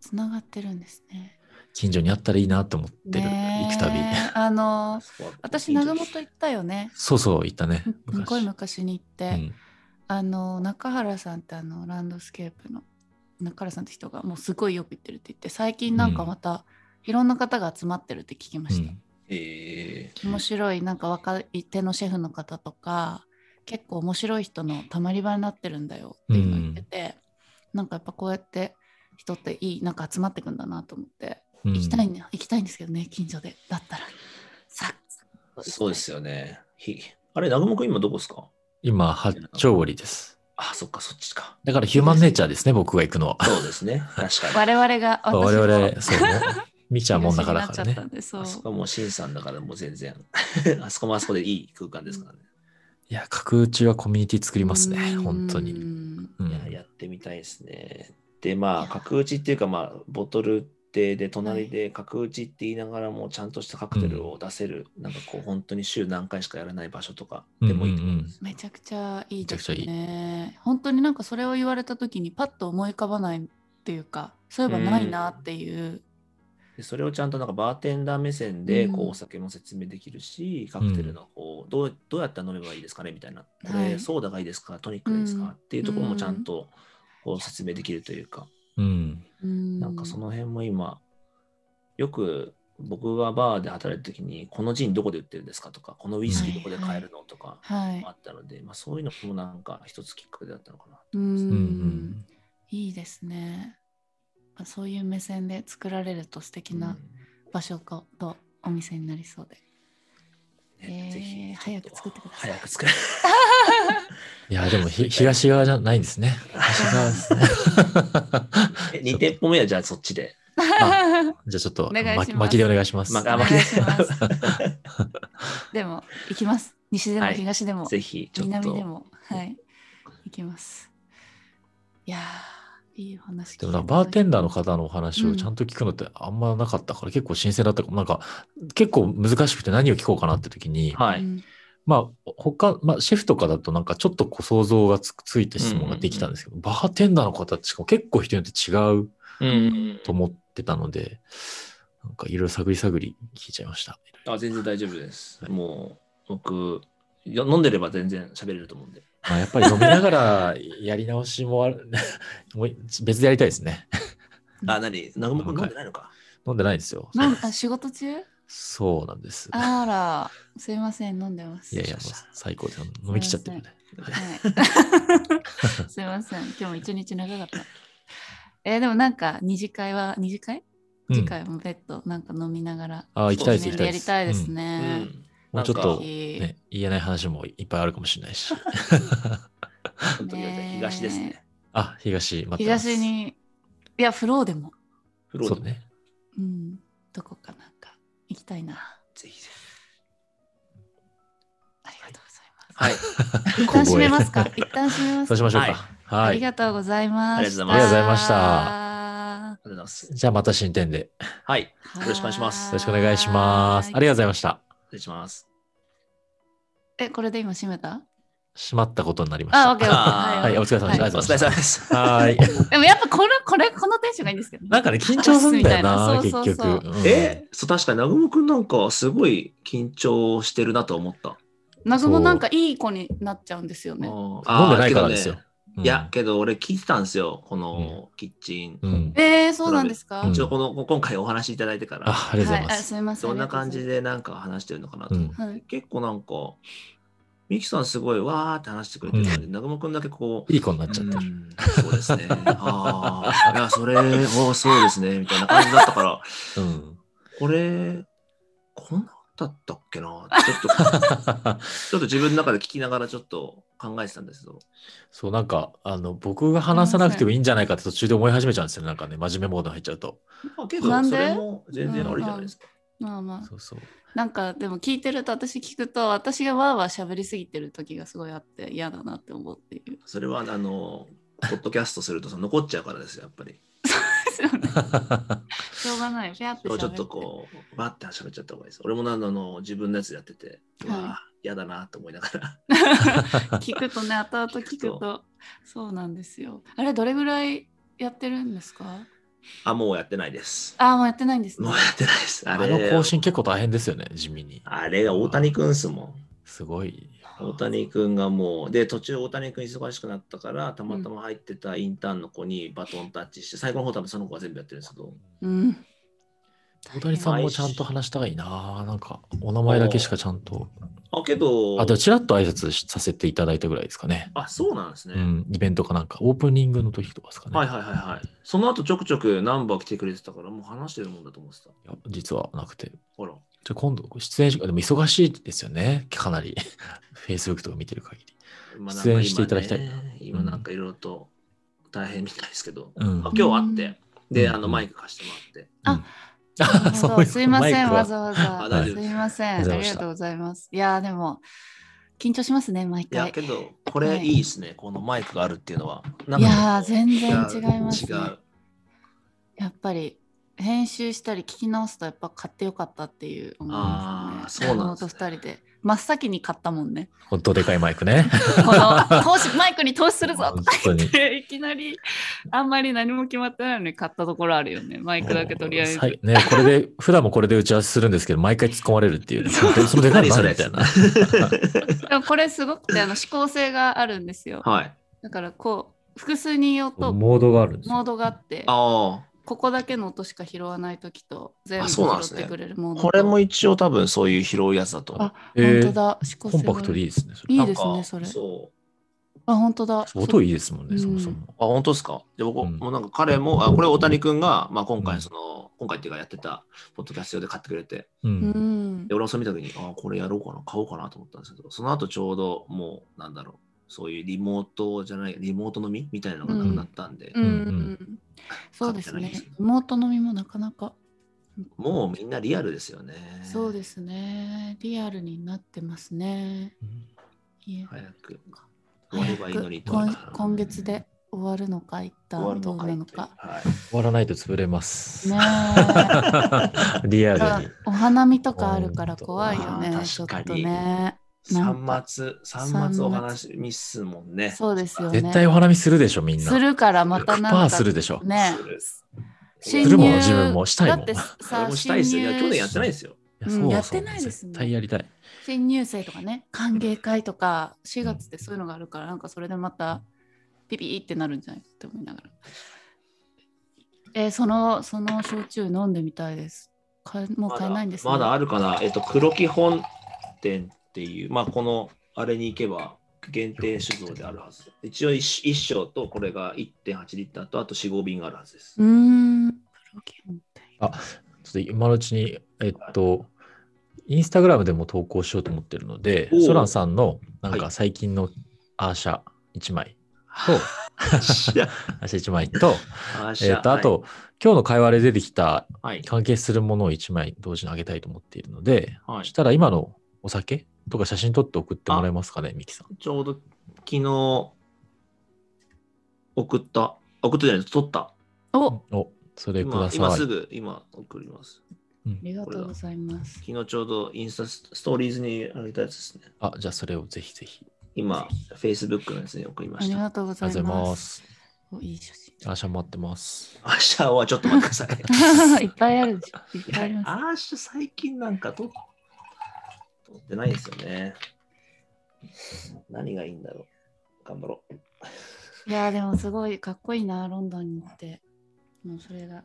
Speaker 3: つながってるんですね
Speaker 1: 近所にあったらいいなと思ってる、
Speaker 3: ね
Speaker 1: 行
Speaker 3: え
Speaker 1: くたび。
Speaker 3: あの私長本行
Speaker 2: 行
Speaker 3: ったよ ね
Speaker 1: そうそう、行ったね。
Speaker 3: すごい昔に行って、
Speaker 1: うん
Speaker 3: あの中原さんってあのランドスケープの中原さんって人がもうすごいよく行ってるって言って最近なんかまたいろんな方が集まってるって聞きま
Speaker 1: う
Speaker 3: した、
Speaker 1: ん
Speaker 2: え
Speaker 3: 面白いなんか若い手のシェフの方とか結構面白い人のたまり場になってるんだよっていうのを言ってて、なんかやっぱこうやって人っていいなんか集まってくんだなと思って、
Speaker 1: うん
Speaker 3: 行きたいね行きたいんですけどね近所でだったらさ
Speaker 2: ーそうですよね。ひあれ、南雲君今どこですか
Speaker 1: 今、八丁堀です。
Speaker 2: あ、そっか、そっちか。
Speaker 1: だからヒューマンネイチャーですね、僕が行くのは。
Speaker 2: そうです ね。確かに。
Speaker 3: 我々が私
Speaker 1: 我
Speaker 3: も
Speaker 1: 々、そうね。 見ちゃうもんだからだから
Speaker 3: 東になっちゃ
Speaker 1: ね
Speaker 3: った。んでそ
Speaker 2: あ
Speaker 3: う
Speaker 2: そこはもう、シンさんだからもう全然。 あそこもあそこでいい空間ですからね。
Speaker 1: いや、角打ちはコミュニティ作りますね、
Speaker 3: うん
Speaker 1: 本当に。うん
Speaker 2: いや、やってみたいですね。で、ま
Speaker 3: い
Speaker 2: あ、
Speaker 3: や
Speaker 2: 角打ちっていうか、まあ、ボトル定で隣で角打ちって言いながらもちゃんとしたカクテルを出せる、なんかこう本当に週何回しかやらない場所とかでもいいと思うんです。
Speaker 3: めちゃくちゃいいです
Speaker 1: めちゃくち
Speaker 3: ね。本当になんかそれを言われた時にパッと思い浮かばないっていうかそういえばないなっていう。
Speaker 2: でそれをちゃんとなんかバーテンダー目線でこ
Speaker 3: う
Speaker 2: うんお酒も説明できるし、カクテルのこうどうどうやったら飲めばいいですかねみたいな、こ
Speaker 3: は
Speaker 2: れ
Speaker 3: い
Speaker 2: ソーダがいいですかトニックですか、
Speaker 3: うん
Speaker 2: っていうところもちゃんとこう説明できるというか、
Speaker 1: うん。
Speaker 3: な
Speaker 2: なんかその辺も今よく僕がバーで働いた時にこのジンどこで売ってるんですかとかこのウイスキーどこで買えるのとか
Speaker 3: はい
Speaker 2: あ。ったので、まあ、そういうのもなんか一つきっかけだったのかな。
Speaker 3: う
Speaker 1: うんん。
Speaker 3: いいですね。まあそういう目線で作られると素敵な場所かとお店になりそうで。
Speaker 2: うんね
Speaker 3: えー
Speaker 2: ぜひ
Speaker 3: 早く作ってください
Speaker 2: 早く作 る
Speaker 1: いや、でもひ東側じゃないんですね。東側ですね。
Speaker 2: 2店舗目はじゃあそっちで。
Speaker 1: じゃあちょっと
Speaker 3: お願いします
Speaker 1: 巻き巻きでお願いします。
Speaker 2: ま
Speaker 3: お
Speaker 2: あ
Speaker 3: 願
Speaker 2: ま
Speaker 3: い
Speaker 2: あ
Speaker 3: します。 でも行きます。西でも
Speaker 2: はい
Speaker 3: 東でも、
Speaker 2: ぜひちょっと
Speaker 3: 南でもはい行きます。いやーいいお話聞い
Speaker 1: で
Speaker 3: て
Speaker 1: もなバーテンダーの方のお話をちゃんと聞くのってあんまなかったから、結構新鮮だったかもなんか結構難しくて何を聞こうかなって時に、
Speaker 2: は
Speaker 3: う
Speaker 2: い。
Speaker 3: ん
Speaker 1: まあ他、まあシェフとかだとなんかちょっとこう想像がつくついた質問ができたんですけど、バーテンダーの方ってしかも結構人によって違う
Speaker 2: うん
Speaker 1: と思ってたので、なんかいろいろ探り探り聞いちゃいました。
Speaker 2: あ全然大丈夫です
Speaker 1: は。い
Speaker 2: もう僕よ飲んでれば全然喋れると思うんで。
Speaker 1: まあ、やっぱり飲みなが らやり直しもある、 もう別でやりたいですね。
Speaker 2: あ、なに南雲君飲んでないのか。
Speaker 1: 飲んでないですよ。
Speaker 3: なんあ仕事中？
Speaker 1: そうなんです。
Speaker 3: あらすいません飲んでます。
Speaker 1: いやいや、もう最高です。飲みきっちゃってるね。
Speaker 3: はい、 すいません、今日も一日長かった。えーでもなんか二次会は二次会、
Speaker 1: うん
Speaker 3: 次回も別途なんか飲みながら
Speaker 1: ああ、行きたいです、行きた
Speaker 3: や
Speaker 1: いで
Speaker 3: り
Speaker 1: す。
Speaker 3: たいで
Speaker 1: うん
Speaker 3: す
Speaker 2: う
Speaker 3: ね。
Speaker 2: ん。
Speaker 1: もうちょっ
Speaker 2: なん
Speaker 1: と、
Speaker 2: か
Speaker 1: ね、言えない話もいっぱいあるかもしれない し。
Speaker 2: その時はじゃあ東ですね。
Speaker 1: あ、東、待ってます
Speaker 3: 東。にいやフローでも、
Speaker 2: フロー
Speaker 1: そ
Speaker 2: ド
Speaker 1: うね。
Speaker 3: うん、どこかなんか行きたいな。
Speaker 2: ぜひ。
Speaker 3: ありがとうございます。
Speaker 2: はい。
Speaker 3: 一旦閉めますか。一旦閉めます
Speaker 1: そうしましょう
Speaker 2: はい
Speaker 1: か。は
Speaker 3: あ
Speaker 1: い。
Speaker 3: りがとうございました。
Speaker 2: ありがとうご
Speaker 1: ざいました
Speaker 3: は
Speaker 2: ありがとうございます。
Speaker 1: じゃあまた新店でよ
Speaker 2: はい。よ
Speaker 3: ーい。
Speaker 2: よろしくお願いします
Speaker 1: ろしくお願いします。ありがとうございました。
Speaker 2: 失礼します。
Speaker 3: え、これで今閉めた
Speaker 1: 閉まったことになりました。
Speaker 3: あ、オッケーオッケー。
Speaker 2: あー
Speaker 1: はい、お疲れ様でした。
Speaker 3: は
Speaker 1: あ
Speaker 3: い
Speaker 1: りがとうございま
Speaker 2: お疲れ様で
Speaker 1: した。
Speaker 2: す。
Speaker 1: はーい。
Speaker 3: でもやっぱこの、これ、このテンションがいいんですけどね。
Speaker 1: なんかね、緊張するんだよな、
Speaker 3: そう
Speaker 1: 結
Speaker 3: そうそう
Speaker 1: 局。うん
Speaker 2: え、そう確かに南雲君なんかすごい緊張してるなと思った。
Speaker 3: 謎のなんかいい子になっちゃうんですよね。
Speaker 1: 飲んでないからですよ。。
Speaker 2: いや、けど俺聞いてたんですよ、このキッチン。
Speaker 1: うん。うん。
Speaker 3: えー、そうなんですか、
Speaker 1: うん
Speaker 2: 一応この今回お話いただいてから、
Speaker 1: あ、ありがとうございま
Speaker 3: はい、あ
Speaker 1: す。
Speaker 3: すみません。
Speaker 2: どんな感じ
Speaker 3: で。
Speaker 2: でなんか話してるのかなと思って、
Speaker 3: うんはい
Speaker 2: 結構なんか、ミキさんすごいわーって話してくれてるので、南雲くんだけこう、
Speaker 1: いい子になっちゃってる。
Speaker 2: うんそうですね。ああ、いや、それ、おそうですね、みたいな感じだったから、
Speaker 1: うん。
Speaker 2: これ、こんなだったっけなちょっと、 ちょっと自分の中で聞きながらちょっと考えてたんですけど、
Speaker 1: そう、なんか、あの、僕が話さなくてもいいんじゃないかって途中で思い始めちゃうんですよね。なんかね、真面目モードに入っちゃうと。
Speaker 2: まあ、け
Speaker 3: な
Speaker 2: ど、
Speaker 3: ん
Speaker 2: そ
Speaker 3: で
Speaker 2: れも全然ありじゃないですか。
Speaker 3: まあまあ、
Speaker 1: そうそう。
Speaker 3: なんかでも聞いてると私聞くと私がわーわー喋りすぎてる時がすごいあって嫌だなって思うっていう。
Speaker 2: それは、あの、ポッドキャストするとその残っちゃうからですよ、やっぱり。
Speaker 3: ですよね。しょうがない。フェアって
Speaker 2: ちょ
Speaker 3: 喋って。
Speaker 2: っとこう、バって喋っちゃった方がいいです。俺もなんかあの自分のやつやってて、
Speaker 3: はいう
Speaker 2: わあ、嫌だなと思いながら。
Speaker 3: 聞くとね、後々聞くと。そうなんですよ。あれ、どれぐらいやってるんですか
Speaker 2: あ、もうやってないです。
Speaker 3: あー、もうやってないんですね
Speaker 2: もうやってないです。あ
Speaker 1: あ
Speaker 2: れ
Speaker 1: の更新結構大変ですよね、地味に。
Speaker 2: あれが大谷くんっすもん。
Speaker 1: すごいよな。
Speaker 2: 大谷くんがもう、で、途中大谷くん忙しくなったから、たまたま入ってたインターンの子にバトンタッチして、最後の方多分その子が全部やってるんですけど、
Speaker 3: うん。
Speaker 1: 大谷さんもちゃんと話したがいいな。なんか、お名前だけしかちゃんと。
Speaker 2: あ、けど、
Speaker 1: あ、でも、ちらっと挨拶させていただいたぐらいですかね。
Speaker 2: あそうなんですね。
Speaker 1: うん、イベントかなんか、オープニングの時とかですかね。
Speaker 2: はいはいはいはい。その後ちょくちょくナンバー来てくれてたから、もう話してるもんだと思ってた。
Speaker 1: いや実はなくて。
Speaker 2: ほら。
Speaker 1: じゃあ今度、出演者、でも忙しいですよね。かなり。Facebook とか見てる限り。
Speaker 2: まあ
Speaker 1: 出演していただきたいな
Speaker 2: なんか今ね今なんかいろいろと大変みたいですけど、
Speaker 1: うん
Speaker 2: あ。今日会って、で、
Speaker 1: うん
Speaker 2: あのマイク貸してもらって、
Speaker 3: な るほどすいません、わざ
Speaker 1: わ
Speaker 3: わ
Speaker 2: あ
Speaker 3: ざ。
Speaker 2: 大
Speaker 3: す
Speaker 2: 丈夫
Speaker 3: いません、
Speaker 1: ありがとう
Speaker 3: あ
Speaker 1: ございま
Speaker 3: り
Speaker 1: した
Speaker 3: がとうございます。いやー、でも、緊張しますね、毎
Speaker 2: いや
Speaker 3: 回。
Speaker 2: けど、これいいですね、このマイクがあるっていうのは。なん
Speaker 3: い
Speaker 2: か
Speaker 3: やー全然違いますね
Speaker 2: 違う。
Speaker 3: やっぱり、編集したり聞き直すとやっぱ買ってよかったっていう思い
Speaker 2: あ
Speaker 3: ま
Speaker 2: あ、
Speaker 3: す
Speaker 2: そ
Speaker 3: ね。
Speaker 2: うなん
Speaker 3: 妹
Speaker 2: で
Speaker 3: 二
Speaker 2: す、ね。
Speaker 3: 人で真っ先に買ったもんね。
Speaker 1: ほんとでかいマイクね。
Speaker 3: この投資マイクに投資するぞ
Speaker 1: 本
Speaker 3: とか
Speaker 1: 当
Speaker 3: 言
Speaker 1: に
Speaker 3: っていきなりあんまり何も決まってないのに買ったところあるよね。マイクだけとりあえず。
Speaker 1: はいね、これで、普段もこれで打ち合わせするんですけど、毎回突っ込まれるっていうね、
Speaker 3: そう
Speaker 1: 本当にそのでかい
Speaker 2: 何
Speaker 1: のあ
Speaker 2: そ
Speaker 1: る
Speaker 2: れ
Speaker 1: みたいな。
Speaker 3: でもこれすごくてあの指向性があるんですよ。
Speaker 2: はい。
Speaker 3: だからこう複数人用とモ
Speaker 1: モードがあるんですよ
Speaker 3: ードがあって
Speaker 2: あ
Speaker 3: ここだけの音しか拾わない時と全部
Speaker 2: あそうなんで
Speaker 3: 拾
Speaker 2: す
Speaker 3: っ
Speaker 2: ね
Speaker 3: てくれるモー
Speaker 2: あ、
Speaker 3: ドと
Speaker 2: これも一応多分そういう拾うやつだと思う
Speaker 3: あ。
Speaker 1: えー
Speaker 3: 本当だ指向
Speaker 1: コ
Speaker 3: 性
Speaker 1: ンパクトでいい
Speaker 3: い
Speaker 1: ですね、それ。
Speaker 3: いい
Speaker 2: なん
Speaker 3: です
Speaker 2: か
Speaker 3: ねそれ
Speaker 2: そう。
Speaker 3: あ本当だ
Speaker 1: 音いいですもんね、
Speaker 3: うん
Speaker 1: そもそも。
Speaker 2: あ、本当ですかで僕、
Speaker 1: うん
Speaker 2: もうなんか彼も、あこれ大谷君が、まあ、今
Speaker 1: うん
Speaker 2: 回その、今回っていうかやってた、ポッドキャスト用で買ってくれて、
Speaker 1: う。
Speaker 3: うんん
Speaker 2: で、俺もそれ見た時に、あ、これやろうかな、買おうかなと思ったんですけど、その後ちょうどもう、なんだろう、そういうリモートじゃない、リモート飲みみたいなのがなくなったんで、
Speaker 3: うん、
Speaker 1: うんう
Speaker 3: そうです
Speaker 2: 買ってない
Speaker 3: ね
Speaker 2: ですね
Speaker 3: 妹飲みもなかなか
Speaker 2: もうみんなリアルですよね。
Speaker 3: そうですねリアルになってますねいえ
Speaker 2: 早く終われ
Speaker 3: 早
Speaker 2: ばいいのに
Speaker 3: く
Speaker 2: と思い
Speaker 3: 今
Speaker 2: ながら
Speaker 3: 今月で終わるのか一
Speaker 2: 終わる
Speaker 3: 旦ど
Speaker 2: の
Speaker 3: う
Speaker 2: か
Speaker 3: な
Speaker 2: な
Speaker 3: の
Speaker 2: のか
Speaker 3: か。
Speaker 2: はい。
Speaker 1: 終わらないと潰れます。
Speaker 3: ね
Speaker 1: リ
Speaker 3: え
Speaker 1: アル に。
Speaker 3: お花見とかあるから怖いよ
Speaker 2: あ
Speaker 3: ね
Speaker 2: ー
Speaker 3: ちょっ
Speaker 2: 確かに
Speaker 3: とねなんか
Speaker 2: 3末、3末お話ミスもんね。
Speaker 3: そうですよね
Speaker 1: 絶対お花見するでしょ、みんな。
Speaker 3: するからまたなん
Speaker 1: 100%
Speaker 3: か
Speaker 1: するでしょ。
Speaker 3: ね
Speaker 2: する
Speaker 3: 新
Speaker 1: するもん
Speaker 3: 入
Speaker 1: 自分もしたいもん
Speaker 3: だって
Speaker 2: 俺
Speaker 3: さ
Speaker 2: もした
Speaker 3: 新
Speaker 2: い
Speaker 3: 入
Speaker 2: ですよ。いや去年やってないですよ。
Speaker 1: いや
Speaker 3: うん
Speaker 1: そう
Speaker 3: や
Speaker 1: は
Speaker 3: っ
Speaker 1: そう
Speaker 3: てないですね
Speaker 1: 絶対やりたい。
Speaker 3: 新入生とかね歓迎会とか4月ってそういうのがあるからなんかそれでまたピピーってなるんじゃないかって思いながらえーそのその焼酎飲んでみたいです買えも
Speaker 2: ま
Speaker 3: う買え
Speaker 2: だ
Speaker 3: ないんですね
Speaker 2: まだあるかな。えっと、黒木本店っていう、まあ、このあれに行けば限定酒造であるはず。一応一一升とこれが1.8リッターとあと4、5瓶があるはずです。
Speaker 3: うーんプロキオンって
Speaker 1: ちょっと今のうちに、えっと、インスタグラムでも投稿しようと思ってるので
Speaker 2: お、ー
Speaker 1: ソランさんのなん
Speaker 2: は
Speaker 1: か
Speaker 2: い
Speaker 1: 最近のアーシャ1枚と、
Speaker 2: じゃ
Speaker 1: アーシャ1枚と、
Speaker 2: ああ
Speaker 1: えっと、あ、と、今日の会話で出てきた
Speaker 2: はい。
Speaker 1: 関係するものを1枚同時にあげたいと思っているので、
Speaker 2: は
Speaker 1: そ
Speaker 2: い
Speaker 1: したら今のお酒とか写真撮って送ってもらえますかね、ミキさん。
Speaker 2: ちょうど昨日送った、送ったじゃないです、撮った。
Speaker 3: おあ
Speaker 1: お、それく
Speaker 2: 今
Speaker 1: だ
Speaker 2: 今
Speaker 1: さい
Speaker 2: す。ぐ、今送ります。
Speaker 3: りがとうございます
Speaker 2: 昨日ちょうどインスタスストーリーズにあげたやつですね。
Speaker 1: あ、じゃあそれをぜひぜひ。
Speaker 2: 今、Facebook のやつに送りま
Speaker 3: あり
Speaker 2: した。明
Speaker 3: がとうご
Speaker 1: あ
Speaker 3: ざ
Speaker 1: りがと
Speaker 3: いう
Speaker 1: ございま
Speaker 3: ます
Speaker 1: す。
Speaker 3: おいい写真
Speaker 1: アーシャ待ってます。
Speaker 2: 日はちょっと待ってください。
Speaker 3: いっぱいあるでしょいっ
Speaker 2: い
Speaker 3: ぱいあり
Speaker 2: や
Speaker 3: ます
Speaker 2: アーシュ最近なんかと撮ってないですよね。何がいいんだろう。頑張ろう。
Speaker 3: いやーでもすごいかっこいいなロンドンに行ってもうそれが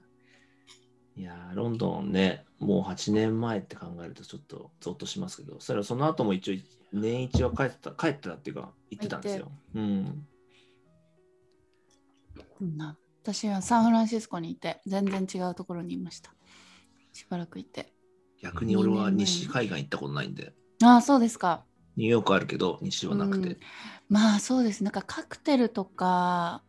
Speaker 2: いやーロンドンね、もう8年前って考えるとちょっとゾッとしますけど、それはその後も一応、年一は帰ってた、帰ってたっていうか、行ってたんですよ。うん。
Speaker 3: うんな私はサンフランシスコにいて全然違うところにいましたしばらくいて
Speaker 2: 逆に俺は西海岸行ったことないんで、
Speaker 3: ああそうですか
Speaker 2: ニューヨークあるけど、西はなく
Speaker 3: うん
Speaker 2: て。
Speaker 3: まあそうですなんかカクテルとか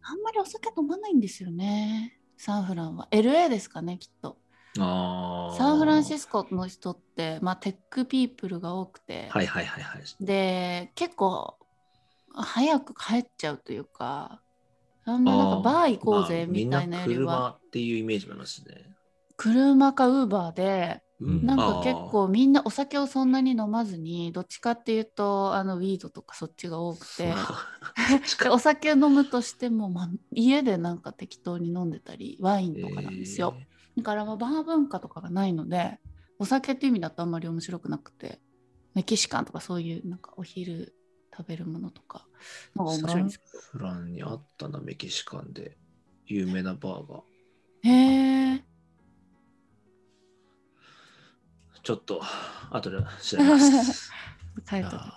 Speaker 3: あんまりお酒飲まないんですよねサンフランは LA ですかねきっと
Speaker 2: ああ。
Speaker 3: サンフランシ
Speaker 2: ス
Speaker 3: スコの人って、まあ、テックピープルが多くて、
Speaker 2: はいはいはいはい。
Speaker 3: で結構早く帰っちゃうというかあんまなんかバー行こうぜ
Speaker 2: まあ
Speaker 3: みたいなより
Speaker 2: みんな
Speaker 3: は、
Speaker 2: 車っていうイメージもありますね。
Speaker 3: 車かウーバーで
Speaker 1: うん
Speaker 3: なんか結構みんなお酒をそんなに飲まずにどっちかっていうとあのウィードとかそっちが多く てでお酒飲むとしても、まあ、家でなんか適当に飲んでたりワインとかなんですよ、。だからまあバー文化とかがないのでお酒っていう意味だとあんまり面白くなくてメキシカンとかそういうなんかお昼食べるものとかのが面白いんですけ
Speaker 2: サンフランにあったな、メキシカンで。有名なバーが。
Speaker 3: どへえ
Speaker 2: ちょっと、後で調べ ます。
Speaker 3: 帰った時に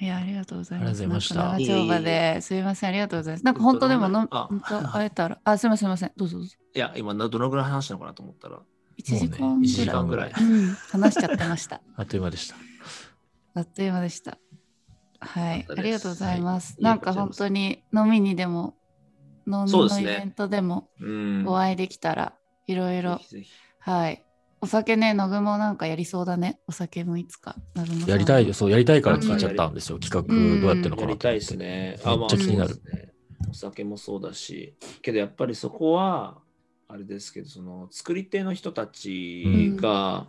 Speaker 3: いやありがとうございま
Speaker 1: あり
Speaker 3: す
Speaker 1: がとうございました
Speaker 3: なんか長丁場
Speaker 2: いえい
Speaker 3: ですいませんありがとうございますなんか本当でもの
Speaker 2: あ
Speaker 3: 本当会えたらあすいませんすいませんどうぞどうぞ
Speaker 2: いや、今な、どのぐらい話したのかなと思ったら、
Speaker 3: 1時
Speaker 1: もうね
Speaker 3: 間ぐ
Speaker 1: 一
Speaker 2: 1時
Speaker 3: らい、
Speaker 2: 間ぐらい。
Speaker 3: うん、話しちゃってました
Speaker 1: あっという間でした。
Speaker 3: あっという間でした。は
Speaker 2: よ
Speaker 3: い
Speaker 2: かっ、たです
Speaker 3: ありがとうございます。
Speaker 2: はい
Speaker 3: なんか本当に飲みにでも、飲み
Speaker 2: そうで
Speaker 3: の
Speaker 2: す
Speaker 3: イ
Speaker 2: ね
Speaker 3: ベントでも
Speaker 2: うん。
Speaker 3: お会いできたら、いろいろ
Speaker 2: ぜ、ひぜひ
Speaker 3: はい。お酒ね、のぐもなんかやりそうだね。お酒もいつか。なぐもさん
Speaker 1: やりたいよ、そう、やりたいから聞いちゃったんですよ。企画どうやってるのか
Speaker 2: や
Speaker 1: な
Speaker 2: り
Speaker 1: と
Speaker 2: たい
Speaker 1: 思っ
Speaker 2: です
Speaker 1: て。
Speaker 2: ね。
Speaker 1: めっちゃ気になる
Speaker 2: そうですねお酒もそうだし、けどやっぱりそこは、あれですけどその作り手の人たちが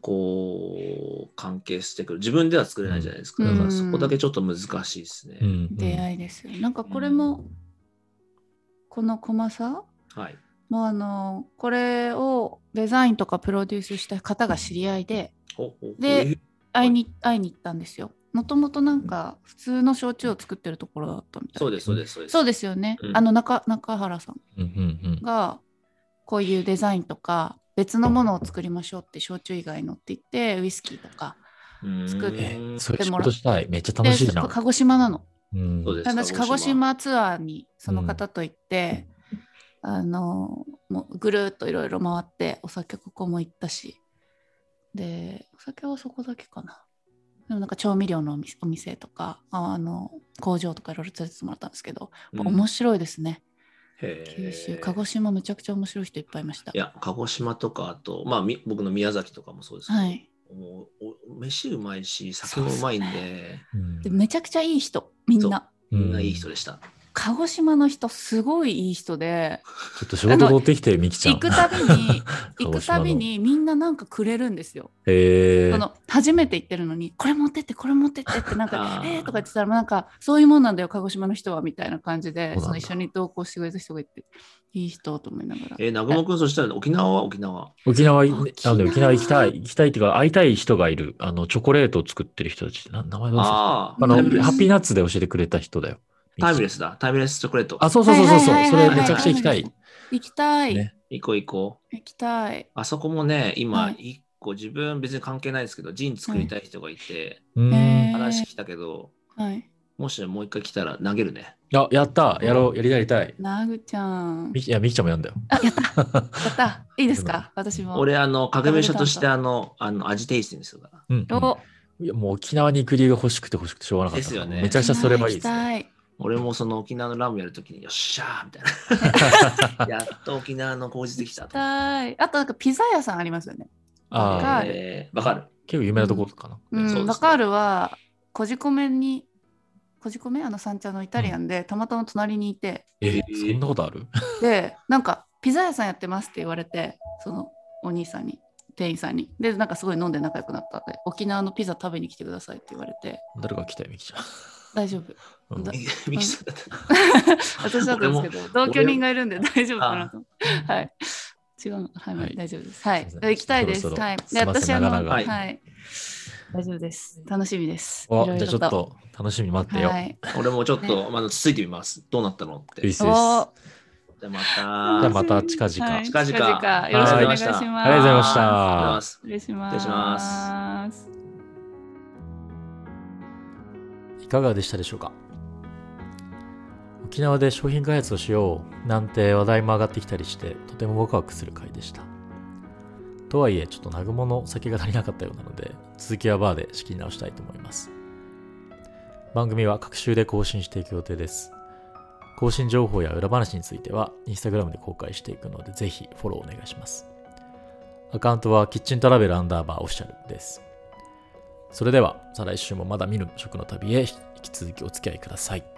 Speaker 2: こう関係してくる自分では作れないじゃないですか、
Speaker 3: うん
Speaker 2: だからそこだけちょっと難しいですね、
Speaker 1: うん
Speaker 3: 出会いですよ。なんかこれも、このコマさ
Speaker 2: はい
Speaker 3: もうあのこれをデザインとかプロデュースした方が知り合いで
Speaker 2: ほほ
Speaker 3: で
Speaker 2: え
Speaker 3: 会いに会いに行ったんですよ。もともとなんか普通の焼酎を作ってるところだったみたい
Speaker 2: そうですそうですそうです
Speaker 3: そうですよね。
Speaker 2: うん
Speaker 3: あの中中原さん
Speaker 1: うんうん
Speaker 3: がこういうデザインとか別のものを作りましょうって焼酎以外のって言ってウイスキーとか
Speaker 2: うん
Speaker 3: 作っ
Speaker 1: うん。え
Speaker 3: て
Speaker 1: ー、そういう仕事したい。めっちゃ楽しいじゃ
Speaker 3: で
Speaker 1: ん。
Speaker 3: 鹿児島なの。
Speaker 1: うん
Speaker 2: そうです
Speaker 3: 私鹿児島ツアーにその方と行って、あのもうぐるーっといろいろ回ってお酒ここも行ったしでお酒はそこだけかなでもなんか調味料のお店お店とかああの工場とかいろいろ連れてってもらったんですけど、
Speaker 2: うん
Speaker 3: 面白いですね
Speaker 2: へー
Speaker 3: 九州鹿児島めちゃくちゃ面白い人いっぱいいました
Speaker 2: いや鹿児島とかあとまあみ僕の宮崎とかもそうですけど、
Speaker 3: はい
Speaker 2: もうお飯うまいし酒もうまいんで
Speaker 1: うん
Speaker 3: でめちゃくちゃいい人みんな
Speaker 1: う
Speaker 2: みんないい人でした、
Speaker 3: 鹿児島の人すごいいい人で
Speaker 1: ちょっと仕事取ってきてよ、みきちゃん。
Speaker 3: 行くたびに
Speaker 1: 鹿
Speaker 3: 行
Speaker 1: 児島の
Speaker 3: くたびにみんななんかくれるんですよ
Speaker 1: へえ
Speaker 3: その初めて行ってるのにこれ持ってってこれ持ってってってなん
Speaker 2: あ
Speaker 3: か「
Speaker 2: ー
Speaker 3: えー」とか言ってたらなんかそういうもんなんだよ鹿児島の人はみたいな感じ
Speaker 1: そうな
Speaker 3: で
Speaker 1: んだ
Speaker 3: その一緒に同行してくれた人がいていい人と思いながら
Speaker 2: えー、南雲君そしたら沖縄は沖縄
Speaker 1: 沖縄い、
Speaker 3: 沖
Speaker 1: あ
Speaker 3: 縄
Speaker 1: の沖縄行きたい、行きたいっていうか、会いたい人がいる。あの、チョコレートを作ってる人たち。な名前どうしたあ
Speaker 2: ああ
Speaker 1: の、
Speaker 2: タ
Speaker 1: ハ
Speaker 2: イムレス
Speaker 1: ッピーナッツで教えてくれた人だよ。
Speaker 2: タイムレスだタイムレスチョコレート
Speaker 1: あ、そうそうそうそう。そ
Speaker 3: はいはい
Speaker 1: れ
Speaker 3: はいはい
Speaker 1: めちゃくちゃ行きたい。
Speaker 3: 行きたい、
Speaker 1: ね
Speaker 2: 行こう行こう
Speaker 3: 行きたい
Speaker 2: あそこもね今
Speaker 3: はい
Speaker 2: 一個自分別に関係ないですけどジン作りたい人がいて、
Speaker 1: う
Speaker 3: へ
Speaker 1: ん。
Speaker 3: ー
Speaker 2: 話来たけど
Speaker 3: はい
Speaker 2: もしもう一回来たら投げるね
Speaker 1: あ、やった。やろう。やりたい、やりたい。
Speaker 3: なぐちゃん
Speaker 1: みきいや、みきちゃんもやんだよ。
Speaker 3: あやったやったいいですか私も
Speaker 2: 俺あの革命者としてあのあの味テイスティングするから
Speaker 1: うん、うん
Speaker 3: お
Speaker 1: いや、もう沖縄に行く理由が欲しくて欲しくてしょうがなかった。
Speaker 2: ですよね
Speaker 1: めちゃくちゃそれはいいです、ね。
Speaker 3: 行きたい
Speaker 2: 俺もその沖縄のラムやるときによっしゃーみたい なやっと沖縄の工事できた
Speaker 3: 行き
Speaker 2: と思って。
Speaker 3: たいあとなんかピザ屋さんありますよね
Speaker 1: ああ、
Speaker 3: わかる
Speaker 2: えーわかる。
Speaker 1: 結構有名なところかな。
Speaker 2: そう
Speaker 3: う
Speaker 2: ですね
Speaker 3: ん、バカールは、こじこめに、こじこめあの三茶のイタリアンで、たまたま隣にいて、
Speaker 1: え、
Speaker 2: ー
Speaker 1: そんなことある
Speaker 3: で、なんか、ピザ屋さんやってますって言われて、そのお兄さんに、店員さんに。で、なんかすごい飲んで仲良くなったんで、沖縄のピザ食べに来てくださいって言われて、
Speaker 1: 誰が来たよ、みきちゃん。
Speaker 3: 大丈夫。
Speaker 1: うん
Speaker 3: だ
Speaker 2: ミキさんだった。
Speaker 3: 私だったんですけど、同居人がいるんで大丈夫かなと。はい。違うのはい、
Speaker 1: はい
Speaker 3: 大丈夫です。はい。
Speaker 1: すいません
Speaker 3: 行きたいです。
Speaker 1: そろそろ
Speaker 3: はい。
Speaker 1: すいません
Speaker 3: 私あの、
Speaker 1: 長々
Speaker 3: はい。
Speaker 2: は
Speaker 3: 大丈夫です。楽しみです。
Speaker 1: お
Speaker 3: いろい
Speaker 1: じ
Speaker 3: ろ
Speaker 1: ゃあちょっ。と楽しみに待ってよ。
Speaker 3: はい。
Speaker 2: 俺もちょっと
Speaker 3: ね
Speaker 2: まだつついてみます。どうなったのって。
Speaker 1: クイ
Speaker 2: じ
Speaker 1: ズです。
Speaker 3: お
Speaker 1: あ
Speaker 2: ゃあま
Speaker 1: じゃあ
Speaker 2: た。
Speaker 1: また近々
Speaker 3: はい
Speaker 2: 近々
Speaker 3: よろしくお願いし
Speaker 2: は
Speaker 1: りがとうござ
Speaker 2: い
Speaker 3: ます。
Speaker 1: いまし
Speaker 2: ありがとうござい
Speaker 1: た
Speaker 2: ま。す。
Speaker 3: 失礼します。。
Speaker 2: 失礼します
Speaker 1: いかがでしたでしょうか沖縄で商品開発をしようなんて話題も上がってきたりしてとてもワクワクする回でしたとはいえちょっと南雲のお酒が足りなかったようなので続きはバーで仕切り直したいと思います番組は各週で更新していく予定です更新情報や裏話については Instagram で公開していくのでぜひフォローお願いしますアカウントはキッチントラベルアンダーバーオフィシャルですそれでは、再来週もまだ見ぬ食の旅へ引き続きお付き合いください。